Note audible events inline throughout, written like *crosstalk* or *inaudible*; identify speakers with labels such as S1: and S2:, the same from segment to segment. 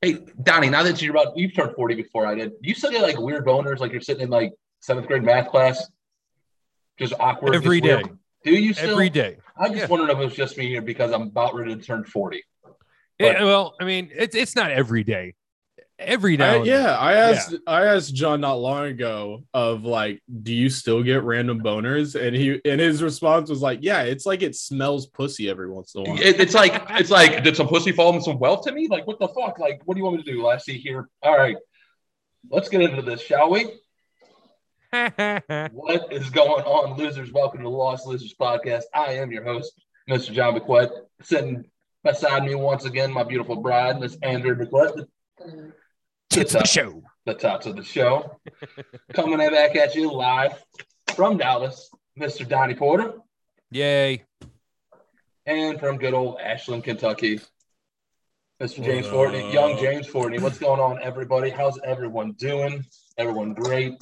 S1: Hey, Donnie, now that you're about, you've turned 40 before I did, you still get like weird boners, like you're sitting in like seventh grade math class, just awkward.
S2: Every
S1: just weird?
S2: day.
S1: Do you still?
S2: every day.
S1: I'm just
S2: yeah.
S1: wondering if it's just me here because I'm about ready to turn 40.
S2: Yeah, well, I mean, it's it's not every day. Every
S3: I-
S2: now, and then.
S3: yeah, I asked I asked John not long ago of like, do you still get random boners? And he and his response was like, yeah, it's like it smells pussy every once in a while.
S1: It, it's like it's like did some pussy fall in some wealth to me? Like what the fuck? Like what do you want me to do? Last see here. All right, let's get into this, shall we? What is going on, losers? Welcome to the Lost Losers Podcast. I am your host, Mr. John McQuett. Sitting beside me once again, my beautiful bride, Miss Andrew McQuett,
S2: It's the show.
S1: the tops of the show. Coming in back at you live from Dallas, Mr. Donnie Porter,
S2: Yay.
S1: and from good old Ashland, Kentucky, Mr.
S3: What
S1: James Fortney, young
S3: up?
S1: James Fortney. What's going on, everybody? How's everyone doing? Everyone great?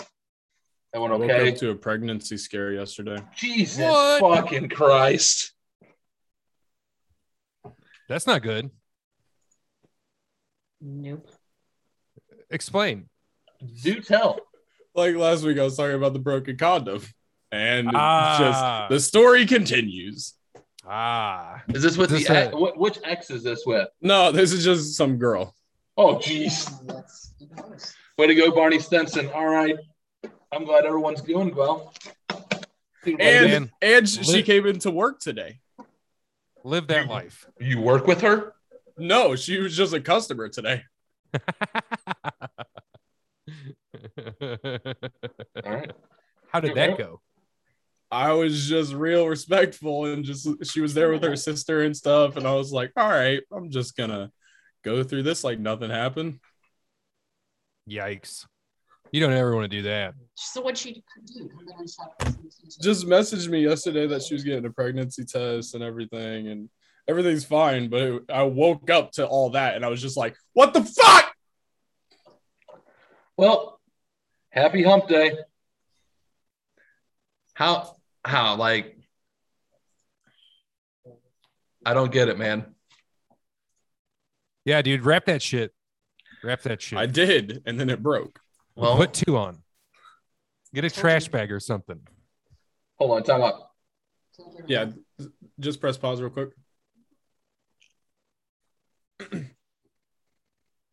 S3: I
S1: Everyone
S3: woke
S1: okay?
S3: up to a pregnancy scare yesterday.
S1: Jesus
S2: What?
S1: fucking Christ.
S2: That's not good.
S4: Nope.
S2: Explain.
S1: Do tell.
S3: Like last week, I was talking about the broken condom, and
S2: Ah.
S3: just the story continues.
S2: Ah.
S1: Is this with
S2: Just
S1: the
S2: that-
S1: ex- wh- which ex is this with?
S3: No, this is just some girl.
S1: Oh, jeez.
S4: That's even worse.
S1: Way to go, Barney Stenson. All right. I'm glad everyone's doing well. Dude, like,
S3: And
S2: man.
S3: and she she
S2: Lit-
S3: came into work today.
S2: Live that life. *laughs*
S1: you work with her?
S3: No, she was just a customer today.
S1: All right.
S2: How did that go?
S3: I was just real respectful and just she was there with her sister and stuff, and I was like, all right, I'm just gonna go through this like nothing happened.
S2: Yikes. You don't ever want to do that.
S4: So what she do? I'm gonna stop.
S3: Just messaged me yesterday that she was getting a pregnancy test and everything, and everything's fine. But it, I woke up to all that, and I was just like, what the fuck?
S1: Well, happy hump day. How how like I don't get it, man.
S2: Yeah, dude. Wrap that shit. Wrap that shit.
S3: I did, and then it broke.
S1: Well,
S2: Put two on. Get a trash bag or something.
S1: hold on, time out.
S3: Yeah, just press pause real quick.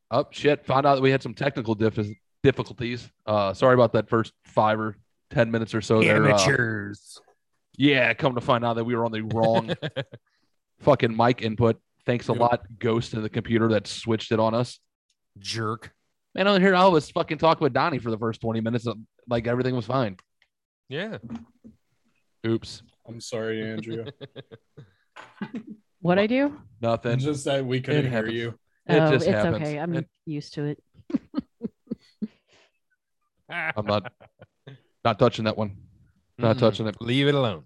S1: Oh shit! Found out that we had some technical dif- difficulties. Uh, sorry about that first five or ten minutes or so. There, uh,
S2: Amateurs.
S1: yeah. Come to find out that we were on the *laughs* wrong fucking mic input. Thanks a
S3: Yep.
S1: lot, Ghost, and the computer that switched it on us.
S2: Jerk.
S1: Man, on here I was fucking talking with Donnie for the first twenty minutes. uh, Like everything was fine.
S2: Yeah.
S1: Oops,
S3: I'm sorry,
S1: *laughs*
S3: Andrea.
S5: What I do?
S1: nothing.
S3: just that we
S1: It
S3: couldn't hear
S1: happens.
S3: you.
S1: It
S5: oh,
S1: just
S5: it's
S1: happens.
S5: okay. I'm
S1: It-
S5: used to it.
S1: *laughs* I'm not not touching that one. Not
S2: Mm-mm.
S1: touching it.
S2: Leave it alone.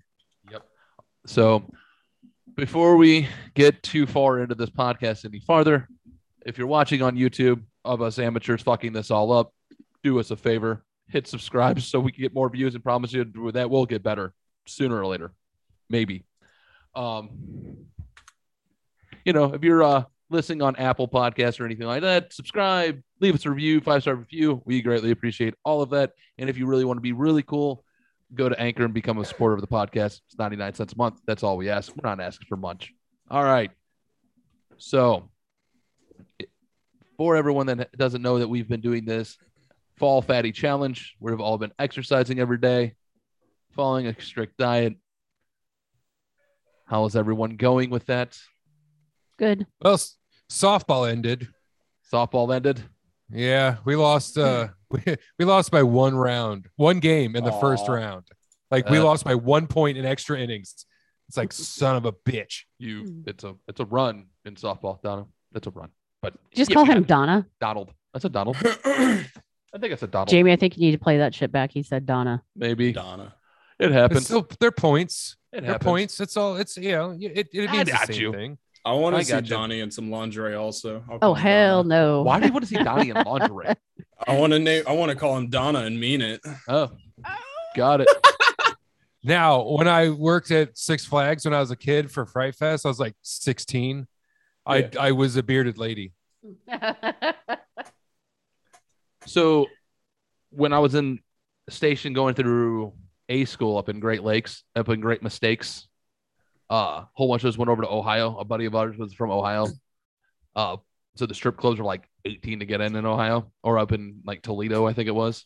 S1: So, before we get too far into this podcast any farther, if you're watching on YouTube of us amateurs fucking this all up, do us a favor, hit subscribe so we can get more views and promise you that will get better sooner or later, maybe. Um, you know, if you're uh, listening on Apple Podcasts or anything like that, subscribe, leave us a review, five star review. We greatly appreciate all of that. And if you really want to be really cool, go to Anchor and become a supporter of the podcast. It's 99 cents a month. That's all we ask. We're not asking for much. All right. So, it- for everyone that doesn't know that we've been doing this fall fatty challenge, we've all been exercising every day, following a strict diet. How is everyone going with that?
S5: Good.
S2: Well, s- softball ended.
S1: Softball ended.
S2: Yeah, we lost. Uh, *laughs* we, we lost by one round, one game in the first
S3: Aw.
S2: round. Like we
S1: Uh.
S2: lost by one point in extra innings. It's like son of a bitch.
S1: You,
S5: Mm.
S1: it's a, it's a run in softball, Donald. That's a run. But
S5: Just
S1: Yeah,
S5: call
S1: yeah.
S5: him Donna.
S1: Donald. That's a Donald. I think it's a Donald.
S5: Jamie, I think you need to play that shit back. He said Donna.
S1: *clears throat* Maybe
S3: Donna.
S1: it
S2: But
S1: happens.
S2: still, they're points.
S1: it
S2: They're
S1: happens.
S2: points. That's all. It's you know, it, it
S1: I
S2: means the
S1: got
S2: same
S1: you.
S2: thing.
S3: I want
S1: I
S3: to see
S1: gotcha.
S3: Johnny in some lingerie also. I'll
S5: Oh
S3: call him
S5: hell
S3: Donna.
S5: no. *laughs*
S1: Why do you want to see Donnie in lingerie?
S3: I want to name. I want to call him Donna and mean it.
S1: Oh, got it.
S2: Now, when I worked at Six Flags when I was a kid for Fright Fest, I was like 16.
S3: Yeah.
S2: I I was a bearded lady.
S6: So when I was in station going through A school up in Great Lakes, up in Great Mistakes, a uh, whole bunch of us went over to Ohio. A buddy of ours was from Ohio. Uh, so the strip clubs were like 18 to get in in Ohio or up in like Toledo, I think it was.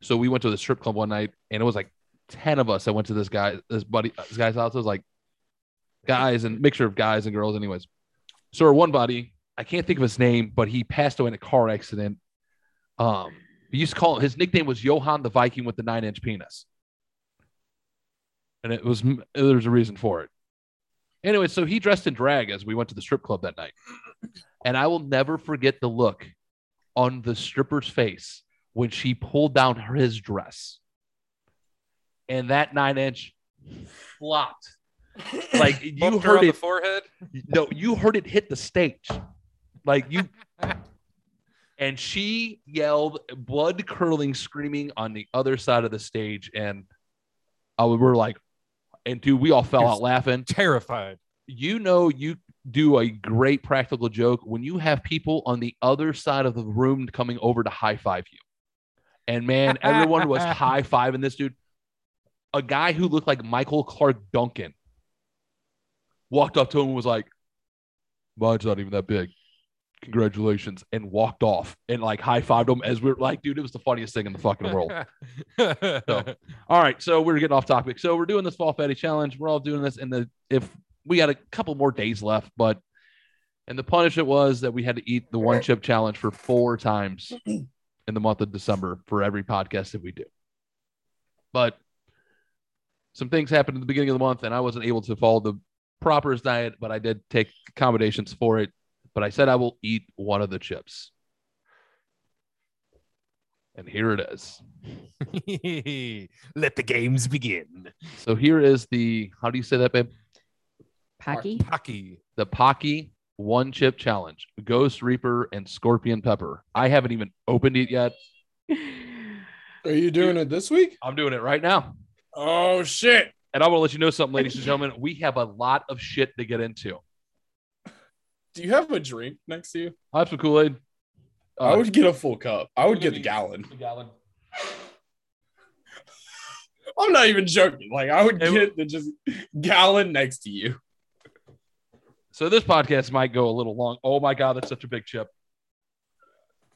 S6: So we went to the strip club one night and it was like 10 of us that went to this guy, this buddy, this guy's house. It was like guys and mixture of guys and girls, anyways. So our one buddy, I can't think of his name, but he passed away in a car accident. Um, we used to call him his nickname was Johan the Viking with the nine inch penis, and it was there was a reason for it. Anyway, so he dressed in drag as we went to the strip club that night, and I will never forget the look on the stripper's face when she pulled down his dress, and that nine inch flopped like you
S2: Bumped her
S6: heard
S2: on the
S6: it.
S2: forehead.
S6: No, you heard it hit the stage. Like you and she yelled blood curdling screaming on the other side of the stage and I we were like and dude, we all fell out laughing.
S2: Terrified.
S6: You know you do a great practical joke when you have people on the other side of the room coming over to high five you. And man, everyone was high fiving this dude. A guy who looked like Michael Clark Duncan walked up to him and was like, Mine's not even that big. Congratulations. And walked off and like high fived him as we are like, dude, it was the funniest thing in the fucking world.
S2: *laughs* so,
S6: All right, so we're getting off topic. So we're doing this fall fatty challenge. We're all doing this, and the if we got a couple more days left, but and the punishment was that we had to eat the one chip challenge for four times in the month of December for every podcast that we do. But some things happened at the beginning of the month, and I wasn't able to follow the proper diet, but I did take accommodations for it. But I said I will eat one of the chips, and here it is.
S2: Let the games begin.
S6: So here is the how do you say that, babe?
S5: Packy?
S2: Hockey.
S6: The Pocky One Chip Challenge, Ghost Reaper, and Scorpion Pepper. I haven't even opened it yet.
S3: Are you doing it this week?
S6: I'm doing it right now.
S3: Oh shit!
S6: And I want to let you know something, ladies and gentlemen. We have a lot of shit to get into.
S3: Do you have a drink next to you?
S6: I have some Kool Aid.
S3: I would get a full cup. I would get the gallon.
S6: gallon.
S3: I'm not even joking. Like I would
S6: It-
S3: get the just gallon next to you.
S6: So this podcast might go a little long. Oh my God, that's such a big chip.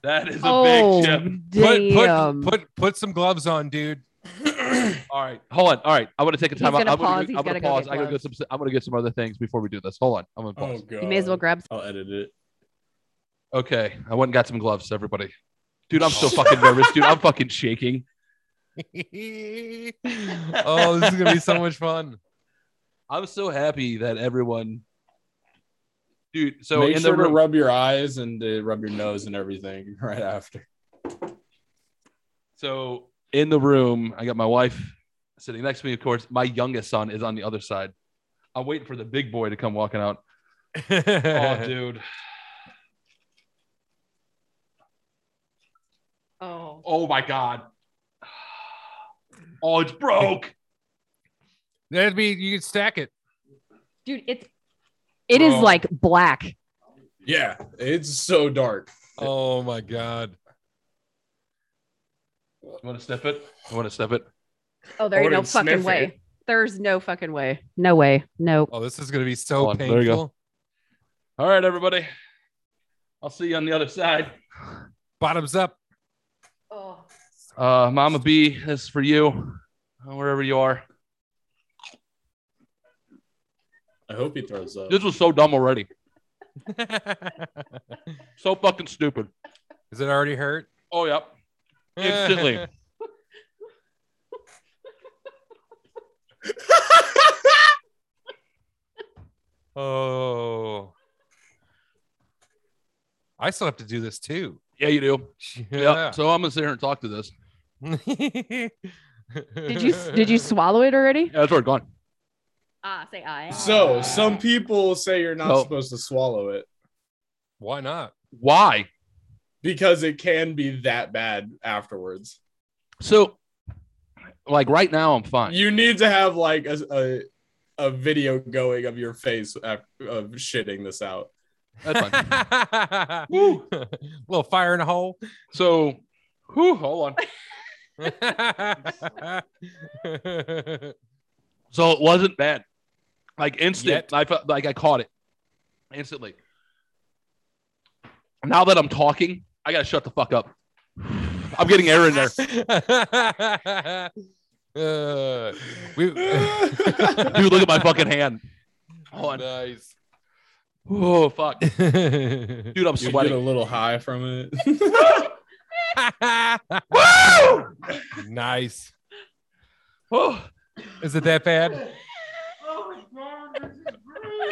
S6: That is a
S5: Oh,
S6: big
S3: *clears throat*
S6: chip.
S2: Put,
S5: damn.
S2: put put put some gloves on, dude. *laughs*
S6: All right, hold on. All right, I'm gonna take a
S5: He's
S6: time out.
S5: gonna
S6: I'm
S5: pause.
S6: gonna,
S5: He's
S6: I'm gonna
S5: gotta go
S6: pause.
S5: get
S6: I'm gonna go
S5: gloves.
S6: some. I'm gonna get some other things before we do this. Hold on. I'm gonna pause.
S3: Oh, god!
S5: you may as well grab
S3: I'll edit it.
S5: Oh.
S6: Okay, I went and got some gloves, everybody. Dude, I'm
S5: *laughs*
S6: so fucking nervous, dude. I'm fucking shaking.
S2: oh, this is gonna be so much fun.
S6: I'm so happy that everyone, dude. So
S3: Make
S6: in
S3: sure
S6: the
S3: to
S6: room,
S3: rub your eyes and to rub your nose and everything *laughs* right after.
S6: so in the room, I got my wife sitting next to me. Of course, my youngest son is on the other side. I'm waiting for the big boy to come walking
S3: *laughs*
S6: out.
S2: *laughs*
S6: Oh, dude.
S5: oh.
S6: Oh my god. Oh, it's broke.
S2: That'd be you could stack it.
S5: Dude, it's it is
S2: Bro.
S5: like black.
S3: *laughs* Yeah, it's so dark.
S2: Oh my god.
S6: You want to sniff it? You want to sniff it?
S5: Oh, there's no
S3: wouldn't sniff
S5: fucking
S3: it.
S5: way. There's no fucking way. No way. Nope.
S2: Oh, this is gonna be so
S6: Hold on, there you go.
S2: painful.
S6: All right, everybody. I'll see you on the other side.
S2: Bottoms up.
S6: *laughs*
S5: Oh.
S6: Uh, Mama B, this is for you, wherever you are.
S3: I hope he throws up.
S6: This was so dumb already.
S2: is
S6: So fucking stupid.
S2: it already hurt?
S6: Oh, yeah. *laughs* Instantly.
S2: oh. I still have to do this too.
S6: Yeah, you do.
S2: Yeah.
S6: So I'm going to sit here and talk to this.
S5: Did
S2: did
S5: you *laughs* did
S2: *laughs*
S5: you swallow it already?
S6: Yeah, that's where it's gone.
S5: Ah, say I.
S3: so some people say you're not
S6: No.
S3: supposed to swallow it
S2: Why not?
S6: Why?
S3: because it can be that bad afterwards.
S6: So, like, right now, I'm fine.
S3: You need to have like *laughs* a a, a video going of your face af- of shitting this out.
S6: That's
S2: *laughs*
S6: fine.
S2: Little fire in a hole. *laughs*
S6: So, whew, hold on. So it wasn't bad. Like instant,
S2: Yet.
S6: I felt like I caught it instantly. Now that I'm talking, I gotta shut the fuck up. *sighs* I'm getting air in there.
S2: Uh, we,
S5: *laughs*
S2: *laughs*
S6: Dude, look at my fucking hand. Hold on.
S2: nice.
S6: Oh fuck, dude, I'm
S3: You get a
S6: sweating.
S3: little high from *laughs* it.
S6: Woo!
S2: nice.
S6: Oh,
S2: Is it that bad?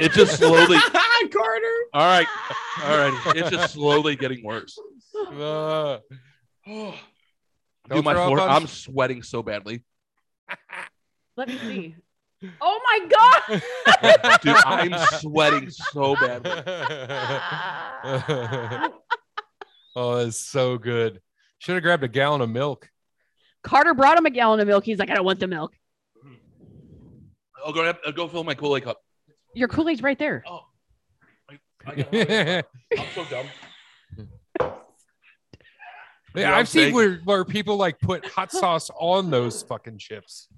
S6: it just slowly.
S3: Carter.
S6: All right, all right. It's just slowly getting worse.
S2: Uh,
S6: Oh,
S2: Don't
S6: dude, my
S2: throw up
S6: floor.
S2: on-
S6: I'm sweating so
S2: *laughs*
S6: badly.
S5: Let me see. Oh my god.
S6: Dude, I'm sweating so badly.
S2: *laughs* oh, that's so good. Should have grabbed a gallon of milk. *laughs*
S5: *laughs* Carter brought him a gallon of milk. He's like, I don't want the milk.
S6: I'll go. I'll go fill my Kool-Aid cup.
S5: Your Kool Aid's right there.
S6: Oh, I, I got it.
S2: yeah,
S6: I'm so dumb. know what I'm
S2: I've seen
S6: saying?
S2: where, where people like put hot sauce on those fucking chips.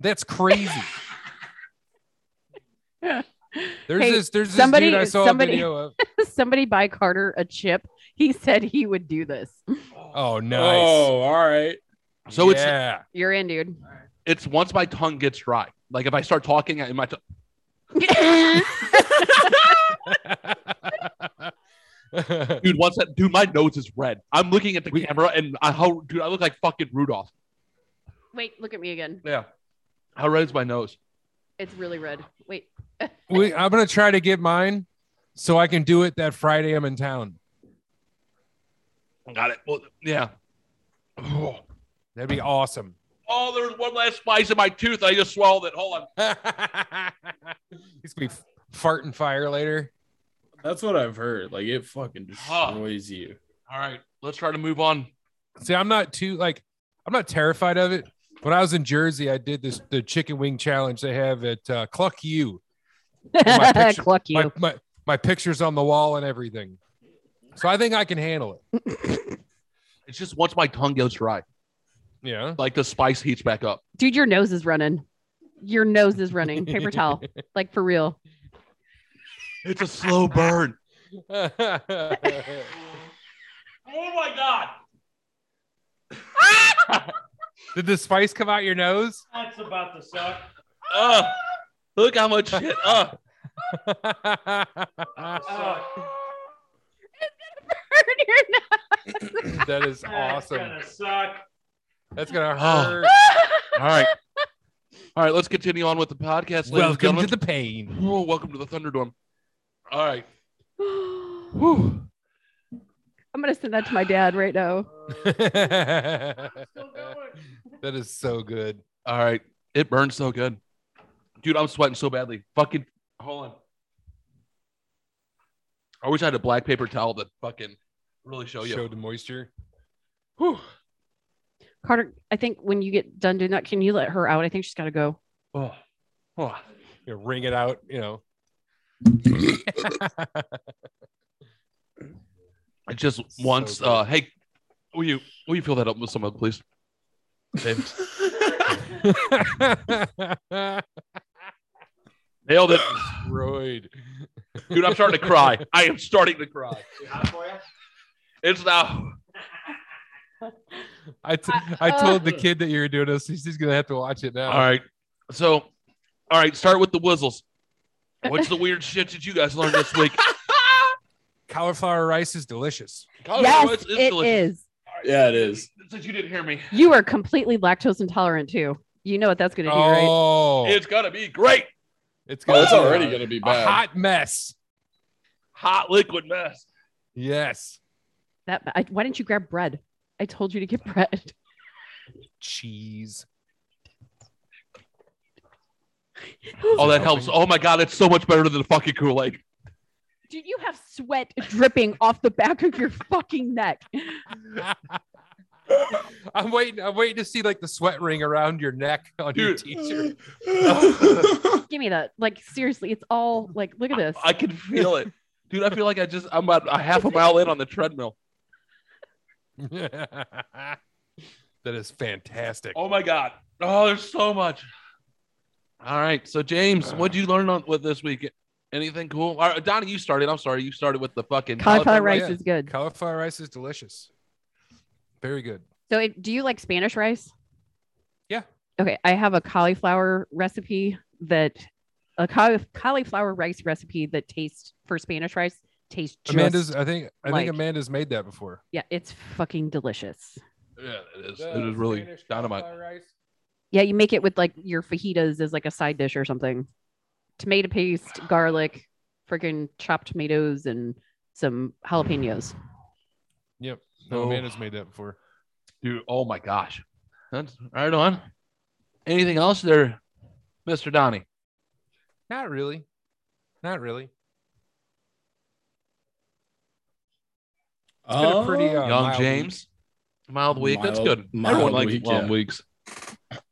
S2: That's
S5: *laughs*
S2: crazy. There's
S5: Hey,
S2: this there's
S5: somebody-
S2: this dude I saw
S5: somebody-
S2: a video of.
S5: *laughs* Somebody buy Carter a chip. He said he would do this.
S6: *laughs*
S2: Oh nice.
S3: Oh, all right.
S6: So it's
S2: yeah.
S5: You're in, dude. *laughs*
S6: it's once my tongue gets dry. Like if I start talking, I, my tongue *laughs*
S2: *laughs*
S6: dude. Once that dude, my nose is red. I'm looking at the camera and I, how dude, I look like fucking Rudolph.
S5: Wait, look at me again.
S6: Yeah, how red is my nose?
S5: It's really red. Wait.
S2: we, I'm gonna try to get mine so I can do it that Friday I'm in town.
S6: Got it. Well, yeah. *sighs* Oh,
S2: That'd be awesome.
S6: oh there's one last slice in my tooth. I just swallowed it. Hold on.
S2: He's gonna be farting fire later.
S3: That's what I've heard. Like it fucking destroys you.
S6: All right, let's try to move on.
S2: See, I'm not too like I'm not terrified of it. When I was in Jersey, I did this the chicken wing challenge they have at uh, Cluck U.
S5: *laughs*
S2: my picture-
S5: Cluck you.
S2: My, my my pictures on the wall and everything. So I think I can handle it.
S6: It's just once my tongue gets dry, *laughs*
S2: Yeah.
S6: like the spice heats back up.
S5: Dude, your nose is running. Your nose is running.
S2: *laughs*
S5: Paper towel. Like for *laughs* real.
S6: It's a slow burn.
S2: did
S6: Oh my god.
S2: the spice come out your nose? *laughs*
S7: That's about to suck.
S6: Uh, look how much shit. Uh,
S2: that is awesome.
S7: gonna suck.
S2: That's *gasps* gonna
S6: Oh.
S2: hurt.
S6: all right. All right, let's continue on with the podcast. ladies and
S2: Welcome to
S6: gentlemen.
S2: the pain.
S6: Whoa, welcome to the Thunderdome. All right.
S5: I'm
S6: Whew.
S5: gonna send that to my dad right now.
S2: *laughs* that is so good.
S6: All right. It burns so good. Dude, I'm sweating so badly. Fucking hold on. I wish I had a black paper towel to fucking really show you.
S2: Show the moisture.
S6: Whew.
S5: Carter, I think when you get done doing that, can you let her out? I think she's gotta go.
S6: Oh. Oh.
S2: You know, wring it out. You know.
S6: I just
S2: So
S6: once
S2: good.
S6: uh hey will you will you fill that up with someone please? Babe.
S2: *laughs*
S6: Nailed it.
S2: Destroyed.
S6: Dude, I'm starting to cry. I am starting to cry. It's now.
S2: I, t- I told the kid that you were doing this. He's he's gonna have to watch it now.
S6: All right. So, all right, start with the whistles.
S2: *laughs*
S6: What's the weird shit that you guys learned this week?
S2: Cauliflower rice is delicious.
S6: Collard
S5: yes,
S6: whites is
S5: it is.
S3: Yeah, it is.
S6: Since you didn't hear me,
S5: You are completely lactose intolerant too. You know what that's gonna do, right?
S2: Oh,
S6: it's gonna be great.
S2: it's
S3: Oh, it's
S2: be
S3: already
S2: a-
S3: gonna be
S2: a
S3: bad.
S2: hot mess.
S6: Hot liquid mess.
S2: Yes,
S5: That I, why didn't you grab bread? I told you to get bread.
S2: cheese.
S6: Oh, that helps. Oh my god, it's so much better than the fucking Kool *laughs* Aid.
S5: Dude, you have sweat dripping off the back of your fucking neck.
S2: I'm waiting. I'm waiting to see like the sweat ring around your neck on
S6: Dude.
S2: your
S3: *laughs*
S2: t-shirt. *laughs*
S5: Give me that. Like seriously, it's all like look at this.
S6: I can feel it. dude. I feel like I just I'm about a half a mile in on the treadmill.
S2: that is fantastic.
S6: Oh my god! Oh, there's so much. All right, so James, what did you learn on with this week? Anything cool? All right, Donnie, you started. I'm sorry, you started with the fucking
S5: Cauliflower rice
S2: rice.
S5: is good.
S2: Cauliflower rice is delicious. Very good.
S5: So, it, do you like Spanish rice?
S2: Yeah.
S5: Okay, I have a cauliflower recipe that a cauli- cauliflower rice recipe that tastes for Spanish rice tastes just
S2: Amanda's. I think. I
S5: like-
S2: think Amanda's made that before.
S5: yeah, it's fucking delicious.
S6: Yeah, it is. It is really dynamite.
S5: Yeah, you make it with like your fajitas as like a side dish or something. Tomato paste, garlic, freaking chopped tomatoes, and some jalapenos.
S2: Yep. No,
S6: Oh.
S2: Amanda's made that before.
S6: Dude, oh my gosh. That's right on. Anything else there, Mr. Donnie?
S2: Not really. Not really. It's
S3: Oh.
S2: been a pretty uh,
S6: Young
S2: mild week.
S6: James. Mild week. That's
S3: Mild-
S6: good.
S3: mild
S6: Everyone likes
S3: week,
S6: long
S3: yeah.
S6: weeks.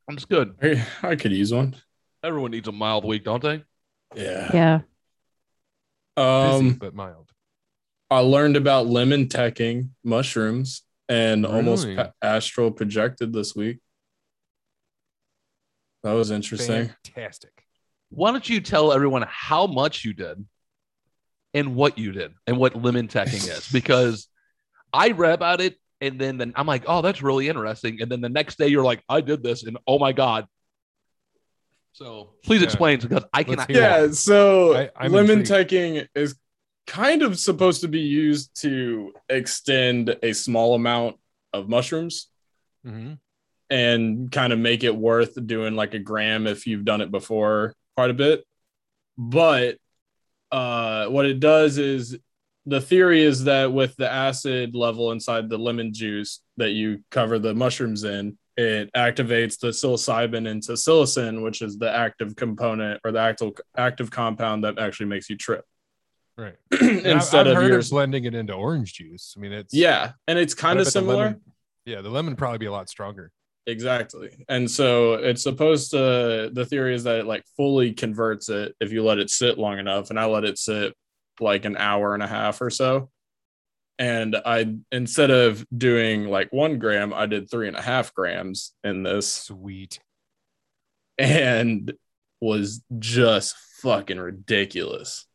S6: That's good.
S3: I, I could use one.
S6: Everyone needs a mild week, don't they?
S3: Yeah.
S5: Yeah.
S2: Busy,
S3: Um,
S2: but mild.
S3: I learned about lemon teching mushrooms and almost
S2: Really?
S3: pa- astral projected this week. That was interesting.
S2: Fantastic.
S6: Why don't you tell everyone how much you did and what you did and what lemon teching
S3: *laughs*
S6: is? Because I read about it and then, then I'm like, oh, that's really interesting. And then the next day you're like, I did this and oh my God. So please
S2: Yeah.
S6: explain because I cannot.
S2: hear
S3: yeah so
S2: I- I'm
S3: lemon
S2: intrigued.
S3: teching is kind of supposed to be used to extend a small amount of mushrooms
S6: Mm-hmm.
S2: Mhm.
S3: and kind of make it worth doing like a gram if you've done it before quite a bit but uh what it does is the theory is that with the acid level inside the lemon juice that you cover the mushrooms in it activates the psilocybin into psilocin which is the active component or the actual active compound that actually makes you trip *clears throat*
S2: Right. And I-
S3: instead
S2: I've
S3: of
S2: heard
S3: yours
S2: blending it into orange juice. I mean, it's
S3: yeah and it's
S2: but I
S3: kind of
S2: bet the
S3: similar
S2: lemon- yeah, the lemon probably be a lot stronger.
S3: Exactly. And so it's supposed to the theory is that it like fully converts it if you let it sit long enough. And I let it sit like an hour and a half or so. And I instead of doing like one gram, I did three and a half grams in this *laughs*
S2: Sweet.
S3: and was just fucking ridiculous.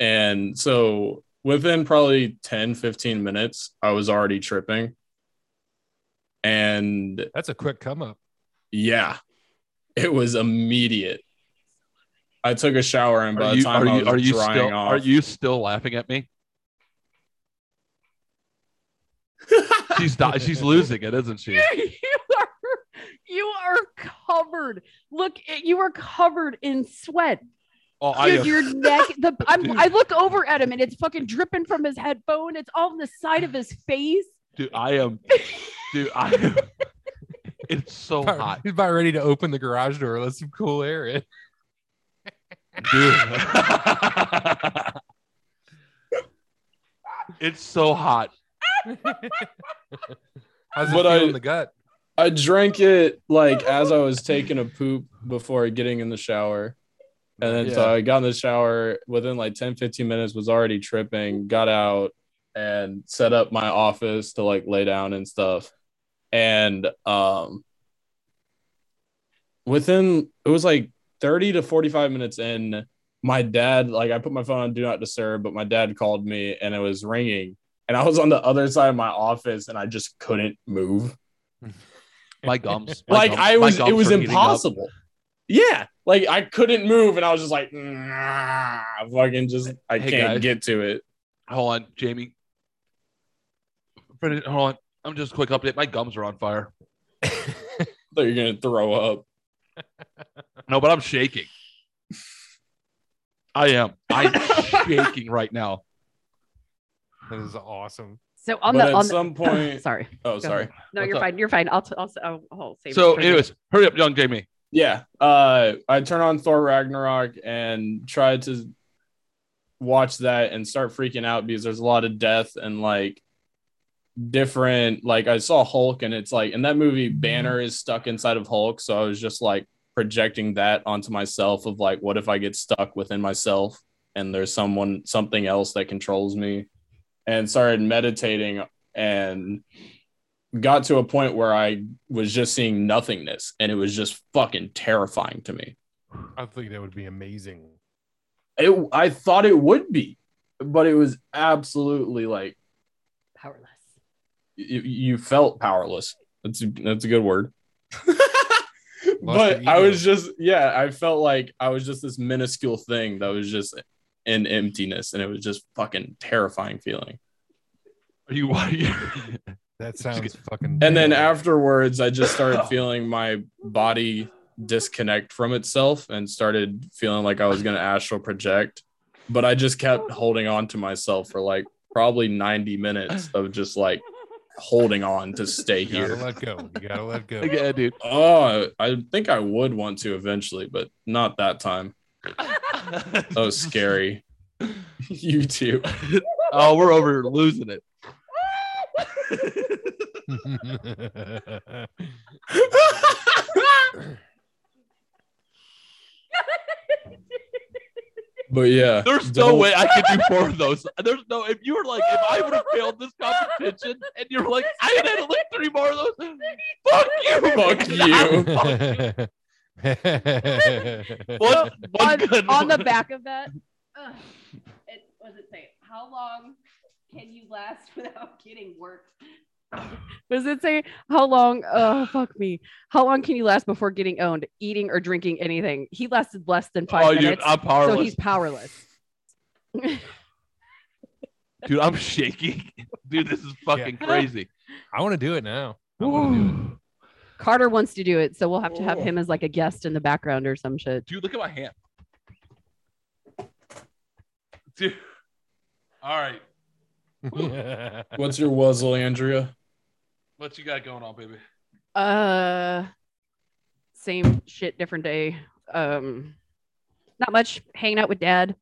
S3: And so within probably 10, 15 minutes, I was already tripping. And
S2: That's a quick come up.
S3: yeah, it was immediate. I took a shower, and by
S6: Are
S3: the
S6: you,
S3: time
S6: are
S3: I
S6: you,
S3: was
S6: are you
S3: drying
S6: still,
S3: off,
S6: are you still laughing at me?
S3: *laughs*
S6: She's, di- she's losing it, isn't she?
S5: you are you are covered. Look, at- you are covered in sweat.
S6: Oh, I
S5: Dude,
S6: am,
S5: your neck.
S6: *laughs*
S5: The I'm,
S6: Dude.
S5: I look over at him and it's fucking dripping from his head bone. It's all on the side of his face.
S6: dude, I am, dude,
S3: *laughs*
S6: I am. It's so
S2: About-
S6: hot,
S2: He's about ready to open the garage door. Let some cool air in.
S6: dude. it's so hot.
S2: How's it
S3: But
S2: feel
S3: I-
S2: in the gut?
S3: I drank it like as I was taking a poop before getting in the shower. And then so
S2: Yeah.
S3: I got in the shower within like 10, 15 minutes, was already tripping, got out and set up my office to like lay down and stuff. And um within it was like 30 to 45 minutes in, my dad, like I put my phone on do not disturb, but my dad called me and it was ringing. And I was on the other side of my office and I just couldn't move
S6: My gums, my
S3: like
S6: gums-
S3: I
S6: my
S3: was,
S6: gums
S3: it was
S6: are um, heating up.
S3: impossible. Yeah, like I couldn't move, and I was just like, "Nah," fucking just, I
S6: Hey,
S3: can't
S6: guys.
S3: get to it.
S6: Hold on, Jamie. Finish- Hold on. I'm just quick update. My gums are on fire.
S3: I thought you're gonna throw up.
S6: No, but I'm shaking. I am. I'm shaking right now.
S2: That is awesome.
S5: So on
S3: but
S5: the
S3: at
S5: on the, *coughs*
S3: some point,
S5: *laughs* sorry.
S3: oh
S5: Go
S3: sorry,
S5: ahead. No,
S6: What's
S5: you're
S6: up?
S5: fine. You're fine. I'll t- I'll, s- I'll, I'll save. it
S6: So,
S5: for the-
S6: anyways, hurry up, young Jamie.
S3: yeah. Uh, I turned on Thor Ragnarok and tried to watch that and start freaking out because there's a lot of death and like different. Like I saw Hulk, and it's like in that movie, Banner is stuck inside of Hulk, so I was just like projecting that onto myself of like, what if I get stuck within myself? and there's someone something else that controls me and started meditating and got to a point where I was just seeing nothingness and it was just fucking terrifying to me.
S2: I think that would be amazing.
S3: It, I thought it would be, but it was absolutely like
S5: Powerless.
S3: you, you felt powerless. That's that's a good word.
S2: Lost
S3: but
S2: your
S3: I
S2: ego.
S3: was just yeah, I felt like I was just this minuscule thing that was just in emptiness, and it was just fucking terrifying feeling.
S6: Are you? *laughs*
S3: *laughs*
S6: Are you
S2: That sounds fucking.
S3: And then
S2: bad.
S3: afterwards, I just
S6: *laughs*
S3: started feeling my body disconnect from itself and started feeling like I was gonna astral project, but I just kept holding on to myself for like probably ninety minutes of just like holding on to stay
S2: you gotta
S3: here.
S2: let go. You gotta let
S6: *laughs*
S2: go. *laughs*
S6: yeah, dude.
S3: Oh, I think I would want to eventually, but not that time. That was scary. *laughs* you too.
S6: Oh, we're over here losing it.
S3: But yeah,
S6: There's no
S3: don't-
S6: way I could do four of those. There's no. If you were like, if I would have failed this competition, and you're like, I had to lick three more of those. Fuck you.
S5: *laughs*
S3: Fuck
S6: man.
S3: you.
S6: *laughs* One, *laughs* one
S5: on,
S6: good
S5: on the
S6: one.
S5: back of that, *laughs* ugh, it was it say how long can you last *laughs* without getting worked? Does it say how long? Oh fuck me! How long can you last before getting owned, eating or drinking anything? He lasted less than five
S6: Oh, dude,
S5: minutes,
S6: I'm powerless.
S5: so he's powerless.
S6: dude, I'm shaking. *laughs* Dude, this is fucking
S5: Yeah.
S6: crazy.
S2: I want to do it *laughs* now. I wanna do it.
S6: *gasps* Dude,
S5: Carter wants to do it, so we'll have to have
S6: Oh.
S5: him as like a guest in the background or some shit.
S6: look at my hand. Dude. All right.
S3: What's your wuzzle, Andrea?
S6: What you got going on, baby?
S5: Uh, same shit, different day. Um, not much. Hanging out with dad,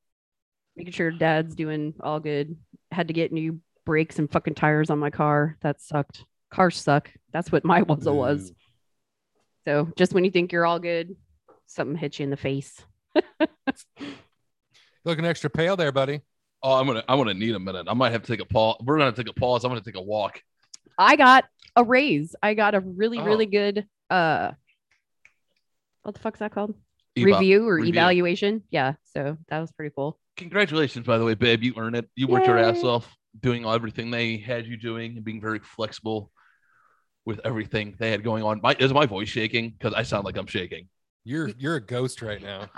S5: making sure dad's doing all good. Had to get new brakes and fucking tires on my car. That sucked. Cars suck. That's what my *laughs* wuzzle was. So just when you think you're all good, something hits you in the face.
S2: Looking extra pale there, buddy.
S6: Oh, I'm gonna I'm gonna need a minute. I might have to take a pause. We're gonna take a pause. I'm gonna take a walk.
S5: I got a raise. I got a really,
S6: Oh.
S5: really good uh, what the fuck's that called?
S6: Eva,
S5: Review or
S6: Review.
S5: evaluation? Yeah. So that was pretty cool.
S6: Congratulations, by the way, babe. You earned it. You worked your
S5: Yay.
S6: ass off doing everything they had you doing and being very flexible with everything they had going on. My is my voice shaking because I sound like I'm shaking. *laughs*
S2: You're you're a ghost right now.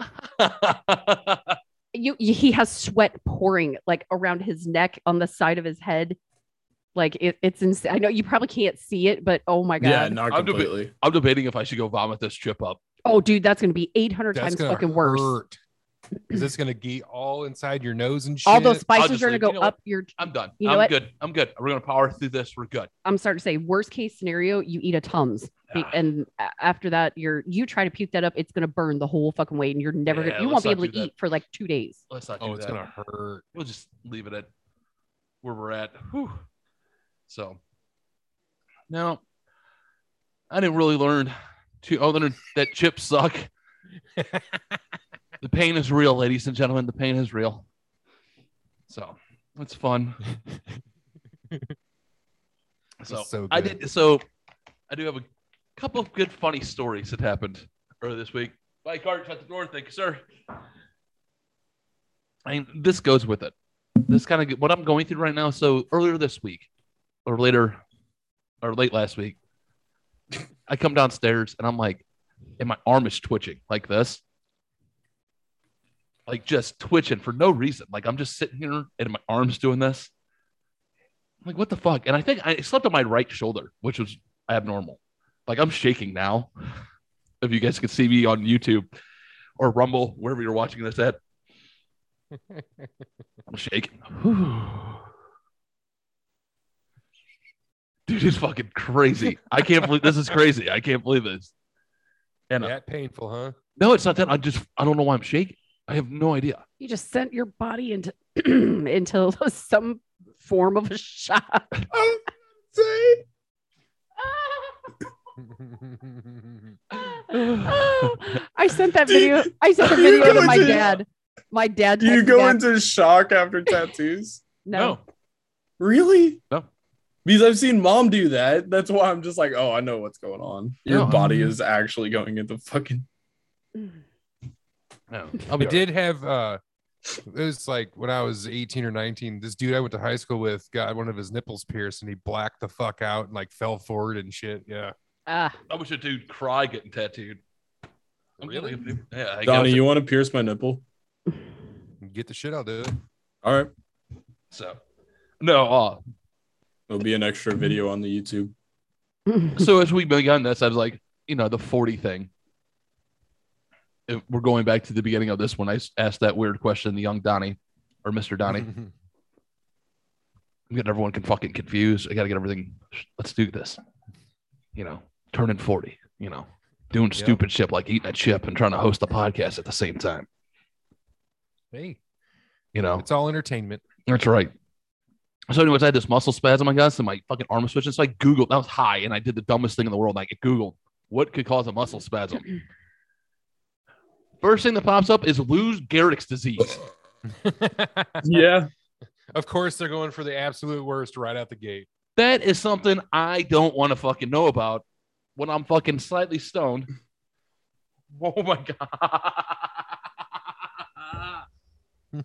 S5: you you- he has sweat pouring like around his neck on the side of his head like it, it's insane i know you probably can't see it but oh my god
S3: Yeah, not
S6: I'm doing-
S3: completely.
S6: I'm debating if I should go vomit this trip up.
S5: oh dude that's gonna be 800
S2: That's
S5: times
S2: gonna
S5: fucking
S2: fucking
S5: worse
S2: hurt. Because it's gonna get all inside your nose and shit.
S5: all those
S6: I'll
S5: spices
S6: just
S5: are gonna
S6: leave.
S5: go
S6: You know
S5: up your
S6: I'm done.
S5: You know
S6: I'm
S5: what?
S6: good. I'm good. We're gonna power through this. We're good.
S5: i'm starting to say worst case scenario you eat a tums Be- and a- after that you're you try to puke that up it's gonna burn the whole fucking way and you're never
S6: Yeah,
S5: gonna you won't
S6: let's
S5: be
S6: not
S5: able
S6: do
S5: to
S6: that.
S5: eat for like two
S6: *sighs*
S5: days
S6: Let's not do
S2: Oh, it's
S6: that.
S2: gonna hurt.
S6: We'll just leave it at where we're at. Whew. So now I didn't really learn to other than that chips suck. the pain is real, ladies and gentlemen. The pain is real. So it's fun. so
S2: That's so
S6: I
S2: good.
S6: did so I do have a couple of good funny stories that happened earlier this week. Bye, Cart, shut the door. Thank you, sir. And this goes with it. This kind of what I'm going through right now. So earlier this week, or later, or late last week, I come downstairs and I'm like, and my arm is twitching like this, like just twitching for no reason. Like I'm just sitting here and my arm's doing this. I'm like, what the fuck? And I think I it slept on my right shoulder, which was abnormal. Like I'm shaking now. *sighs* If you guys can see me on YouTube or Rumble, wherever you're watching this *laughs* at, I'm shaking. Dude, it's fucking crazy. I can't believe this is crazy. I can't believe this. And uh,
S2: That painful, huh?
S6: no, it's not that. I just I don't know why I'm shaking. I have no idea.
S5: you just sent your body into *clears throat* into *laughs* some form of a shock *laughs* Oh, I sent that video. I sent the *sighs*
S3: You're
S5: video to
S3: gonna
S5: my
S3: do-
S5: dad. my dad.
S3: You
S5: texted
S3: go
S5: back,
S3: into shock after tattoos?
S5: no.
S3: really?
S6: No.
S3: Because I've seen mom do that. That's why I'm just like, oh, I know what's going on. Your
S6: No.
S3: body is actually going into fucking.
S6: no.
S2: I Oh, did have uh it was like when I was 18 or 19, this dude I went to high school with got one of his nipples pierced and he blacked the fuck out and like fell forward and shit. Yeah.
S5: Ah, *laughs*
S6: I wish a dude cry getting tattooed. I'm gonna
S2: Really?
S6: get a- Yeah. I
S3: Donnie,
S6: guess.
S3: you want to pierce my nipple?
S2: Get the shit, I'll do it.
S3: All right.
S6: So, no. Uh,
S3: It'll be an extra
S6: Mm-hmm.
S3: video on the YouTube.
S6: so as we begun this, I was like, you know, the 40 thing. If we're going back to the beginning of this when I s- asked that weird question, the young Donnie or Mr.
S2: Mm-hmm.
S6: Donnie. I'm getting everyone can fucking confused. I got to get everything. Let's do this. You know, turning 40, you know, doing
S2: Yep.
S6: stupid shit like eating a chip and trying to host a podcast at the same time.
S2: *laughs* hey,
S6: You know,
S2: it's all *laughs* entertainment.
S6: That's right. So, anyways, I had this muscle spasm, I guess, and my fucking arm was switching. So I Googled, I was high, and I did the dumbest thing in the world. Like, I Googled what could cause a muscle spasm. First thing that pops up is Lou Gehrig's disease.
S3: Yeah.
S2: of course they're going for the absolute worst right out the gate. *laughs*
S6: That is something I don't want to fucking know about when I'm fucking slightly stoned. Oh my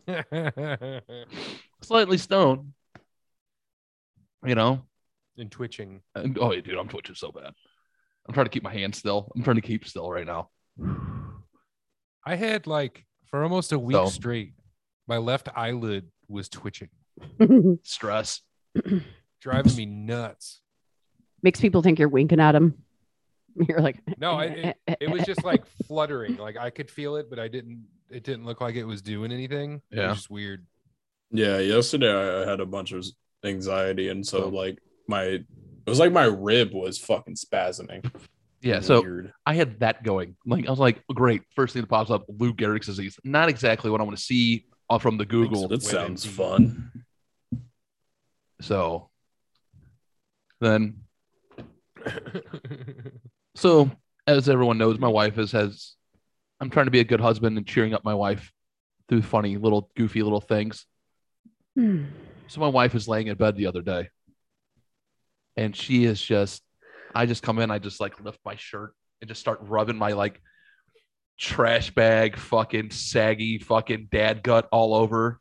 S6: God.
S2: and
S6: slightly stoned. You know,
S2: twitching.
S6: And- oh, yeah, dude, I'm twitching so bad. I'm trying to keep my hand still. I'm trying to keep still right now.
S2: I had like for almost a week
S6: So-
S2: straight, my left eyelid was twitching,
S6: Stress.
S2: driving me nuts.
S5: makes people think you're winking at them. *laughs* You're like,
S2: No, I, it, it was just like fluttering. Like I could feel it, but I didn't. It didn't look like it was doing anything. it
S6: Yeah.
S2: was just weird.
S3: Yeah. Yesterday I had a bunch of anxiety. And
S6: Oh.
S3: so, like, my, it was like my rib was fucking spasming.
S6: Yeah. So
S3: Weird.
S6: I had that going. Like I was like, great. First thing that pops up, Lou Gehrig's disease. Not exactly what I want to see uh, from the Google.
S3: That
S2: Wait,
S3: sounds
S2: empty.
S3: fun.
S6: So then, so as everyone knows, my wife is has. I'm trying to be a good husband and cheering up my wife through funny little goofy little things. So my wife was laying in bed the other day, and she is just. I just come in, I just like lift my shirt and just start rubbing my like trash bag, fucking saggy, fucking dad gut all over,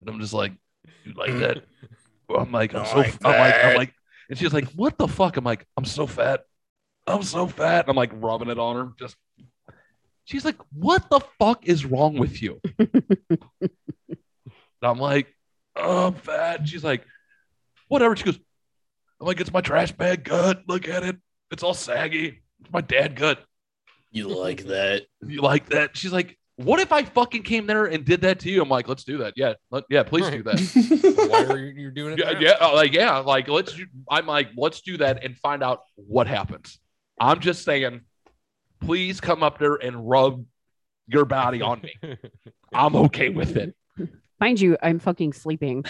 S6: and I'm just like, you like that? I'm like, I'm
S3: I
S6: so,
S3: like
S6: I'm like, I'm
S3: that.
S6: like, and she's like, what the fuck? I'm like, I'm so fat, I'm so fat. I'm like rubbing it on her, just. She's like, what the fuck is wrong
S3: *laughs*
S6: with you? And I'm like, oh, I'm fat. And she's like, whatever. She goes, I'm like, it's my trash bag gut. Look at it. It's all saggy. It's my dad gut.
S3: You like
S6: *laughs*
S3: that?
S6: You like that? She's like, what if I fucking came there and did that to you? I'm like, let's do that. Yeah. Let, yeah. Please do that.
S2: Why are you you're doing it?
S6: *laughs* yeah.
S2: now?
S6: Yeah. uh, Like, yeah. Like, let's, do- I'm like, let's do that and find out what happens. I'm just saying, please come up there and rub your body on
S2: *laughs*
S6: me. I'm okay with it.
S5: *sighs* mind you, I'm fucking sleeping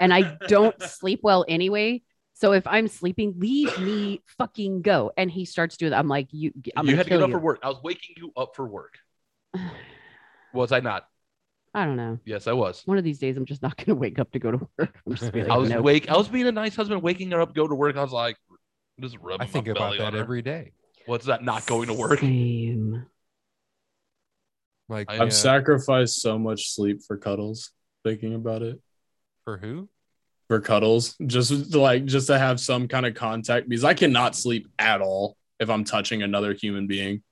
S5: and I
S6: *laughs*
S5: don't sleep well anyway. So if I'm sleeping, leave me fucking go. And he starts doing that. I'm like, you, I'm
S6: you
S5: gonna
S6: had to get
S5: kill
S6: up for work. I was waking you up for work.
S5: you.
S6: Was I not?
S5: *sighs* I don't know.
S6: Yes, I was.
S5: One of these days, I'm just not going to wake up to go to work. I'm just gonna be like,
S6: I was
S5: no.
S6: wake. I was being a nice husband, waking her up, go to work. I was like, just
S2: I
S6: rubbing.
S2: think
S6: my
S2: about
S6: belly
S2: that
S6: on her.
S2: every day.
S6: What's that? Not going to work.
S5: Same.
S2: Like uh,
S6: I-
S2: yeah,
S6: I'm
S3: I've sacrificed so much sleep for cuddles. Thinking about it,
S2: for who?
S3: for cuddles, just to like just to have some kind of contact because I cannot sleep at all if I'm touching another human being.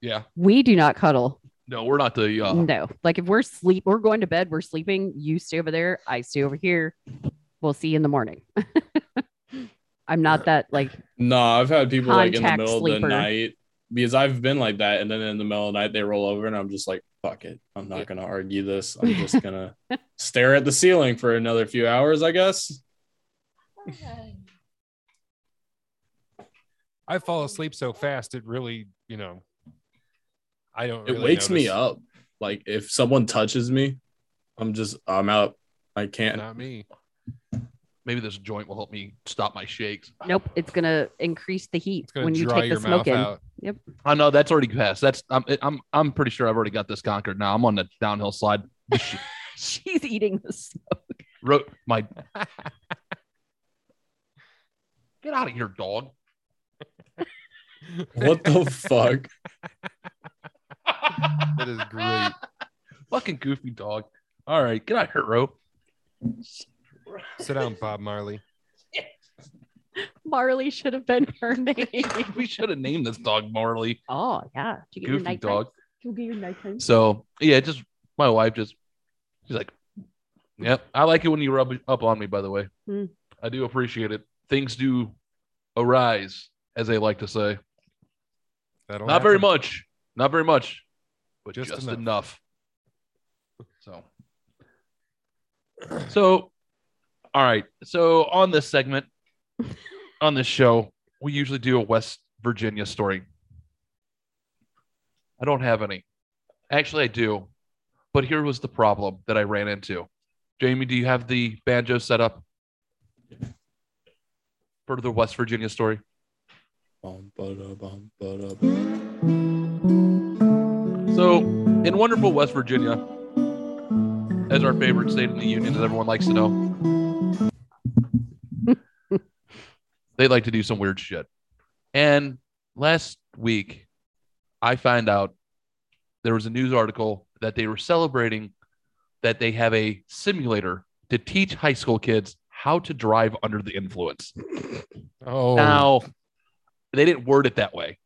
S6: Yeah.
S5: We do not cuddle.
S6: No, we're not the.
S2: Oh.
S5: *laughs*
S6: Uh,
S5: No. Like if we're sleep, we're going to bed, we're sleeping. You stay over there. I stay over here. We'll see you in the morning. *laughs* I'm not that like,
S3: No, I've had people like in the
S5: Contact
S3: middle of the
S5: sleeper.
S3: night because I've been like that, and then in the middle of the night they roll over, and I'm just like, "Fuck it, I'm not gonna argue this.
S5: *laughs*
S3: I'm just gonna stare at the ceiling for another few hours, I guess."
S2: I fall asleep so fast it really, you know, I don't.
S3: It
S2: really
S3: wakes me
S2: notice.
S3: up. Like if someone touches me, I'm just I'm out. I can't.
S2: Not me.
S6: Maybe this joint will help me stop my shakes.
S5: nope, it's going to increase the heat
S2: It's gonna
S5: when you
S2: dry
S5: take the
S2: your mouth
S5: smoke in.
S2: out.
S5: Yep.
S6: I know that's already passed. That's I'm I'm I'm pretty sure I've already got this conquered. Now I'm on the downhill slide.
S5: She's eating the snow.
S6: Ro- my get out of here, dog. *laughs*
S3: What the fuck?
S2: *laughs* That is great.
S6: Fucking goofy dog. All right, get out of here, Ro. *laughs*
S2: Sit down, Bob Marley.
S5: Marley should have been her *laughs* name.
S6: we should have named this dog Marley.
S5: oh yeah. Did you get your
S6: Goofy
S5: night
S6: dog.
S5: Did you get your nighttime?
S6: So yeah, just my wife just she's like, Yep, I like it when you rub up on me, by the way.
S5: Hmm.
S6: I do appreciate it. Things do arise, as they like to say.
S2: That'll
S6: Not very
S2: happen.
S6: much. Not very much. But just,
S2: Just
S6: enough. *laughs* So so all right. So on this segment, on this show, we usually do a West Virginia story. I don't have any. Actually, I do. But here was the problem that I ran into. Jamie, do you have the banjo set up for the West Virginia story?
S3: Bum, ba-da, bum, ba-da, bum.
S6: So, in wonderful West Virginia, as our favorite state in the union, as everyone likes to know, they like to do some weird shit. And last week, I found out there was a news article that they were celebrating that they have a simulator to teach high school kids how to drive under the influence.
S2: Oh,
S6: Now, they didn't word it that way.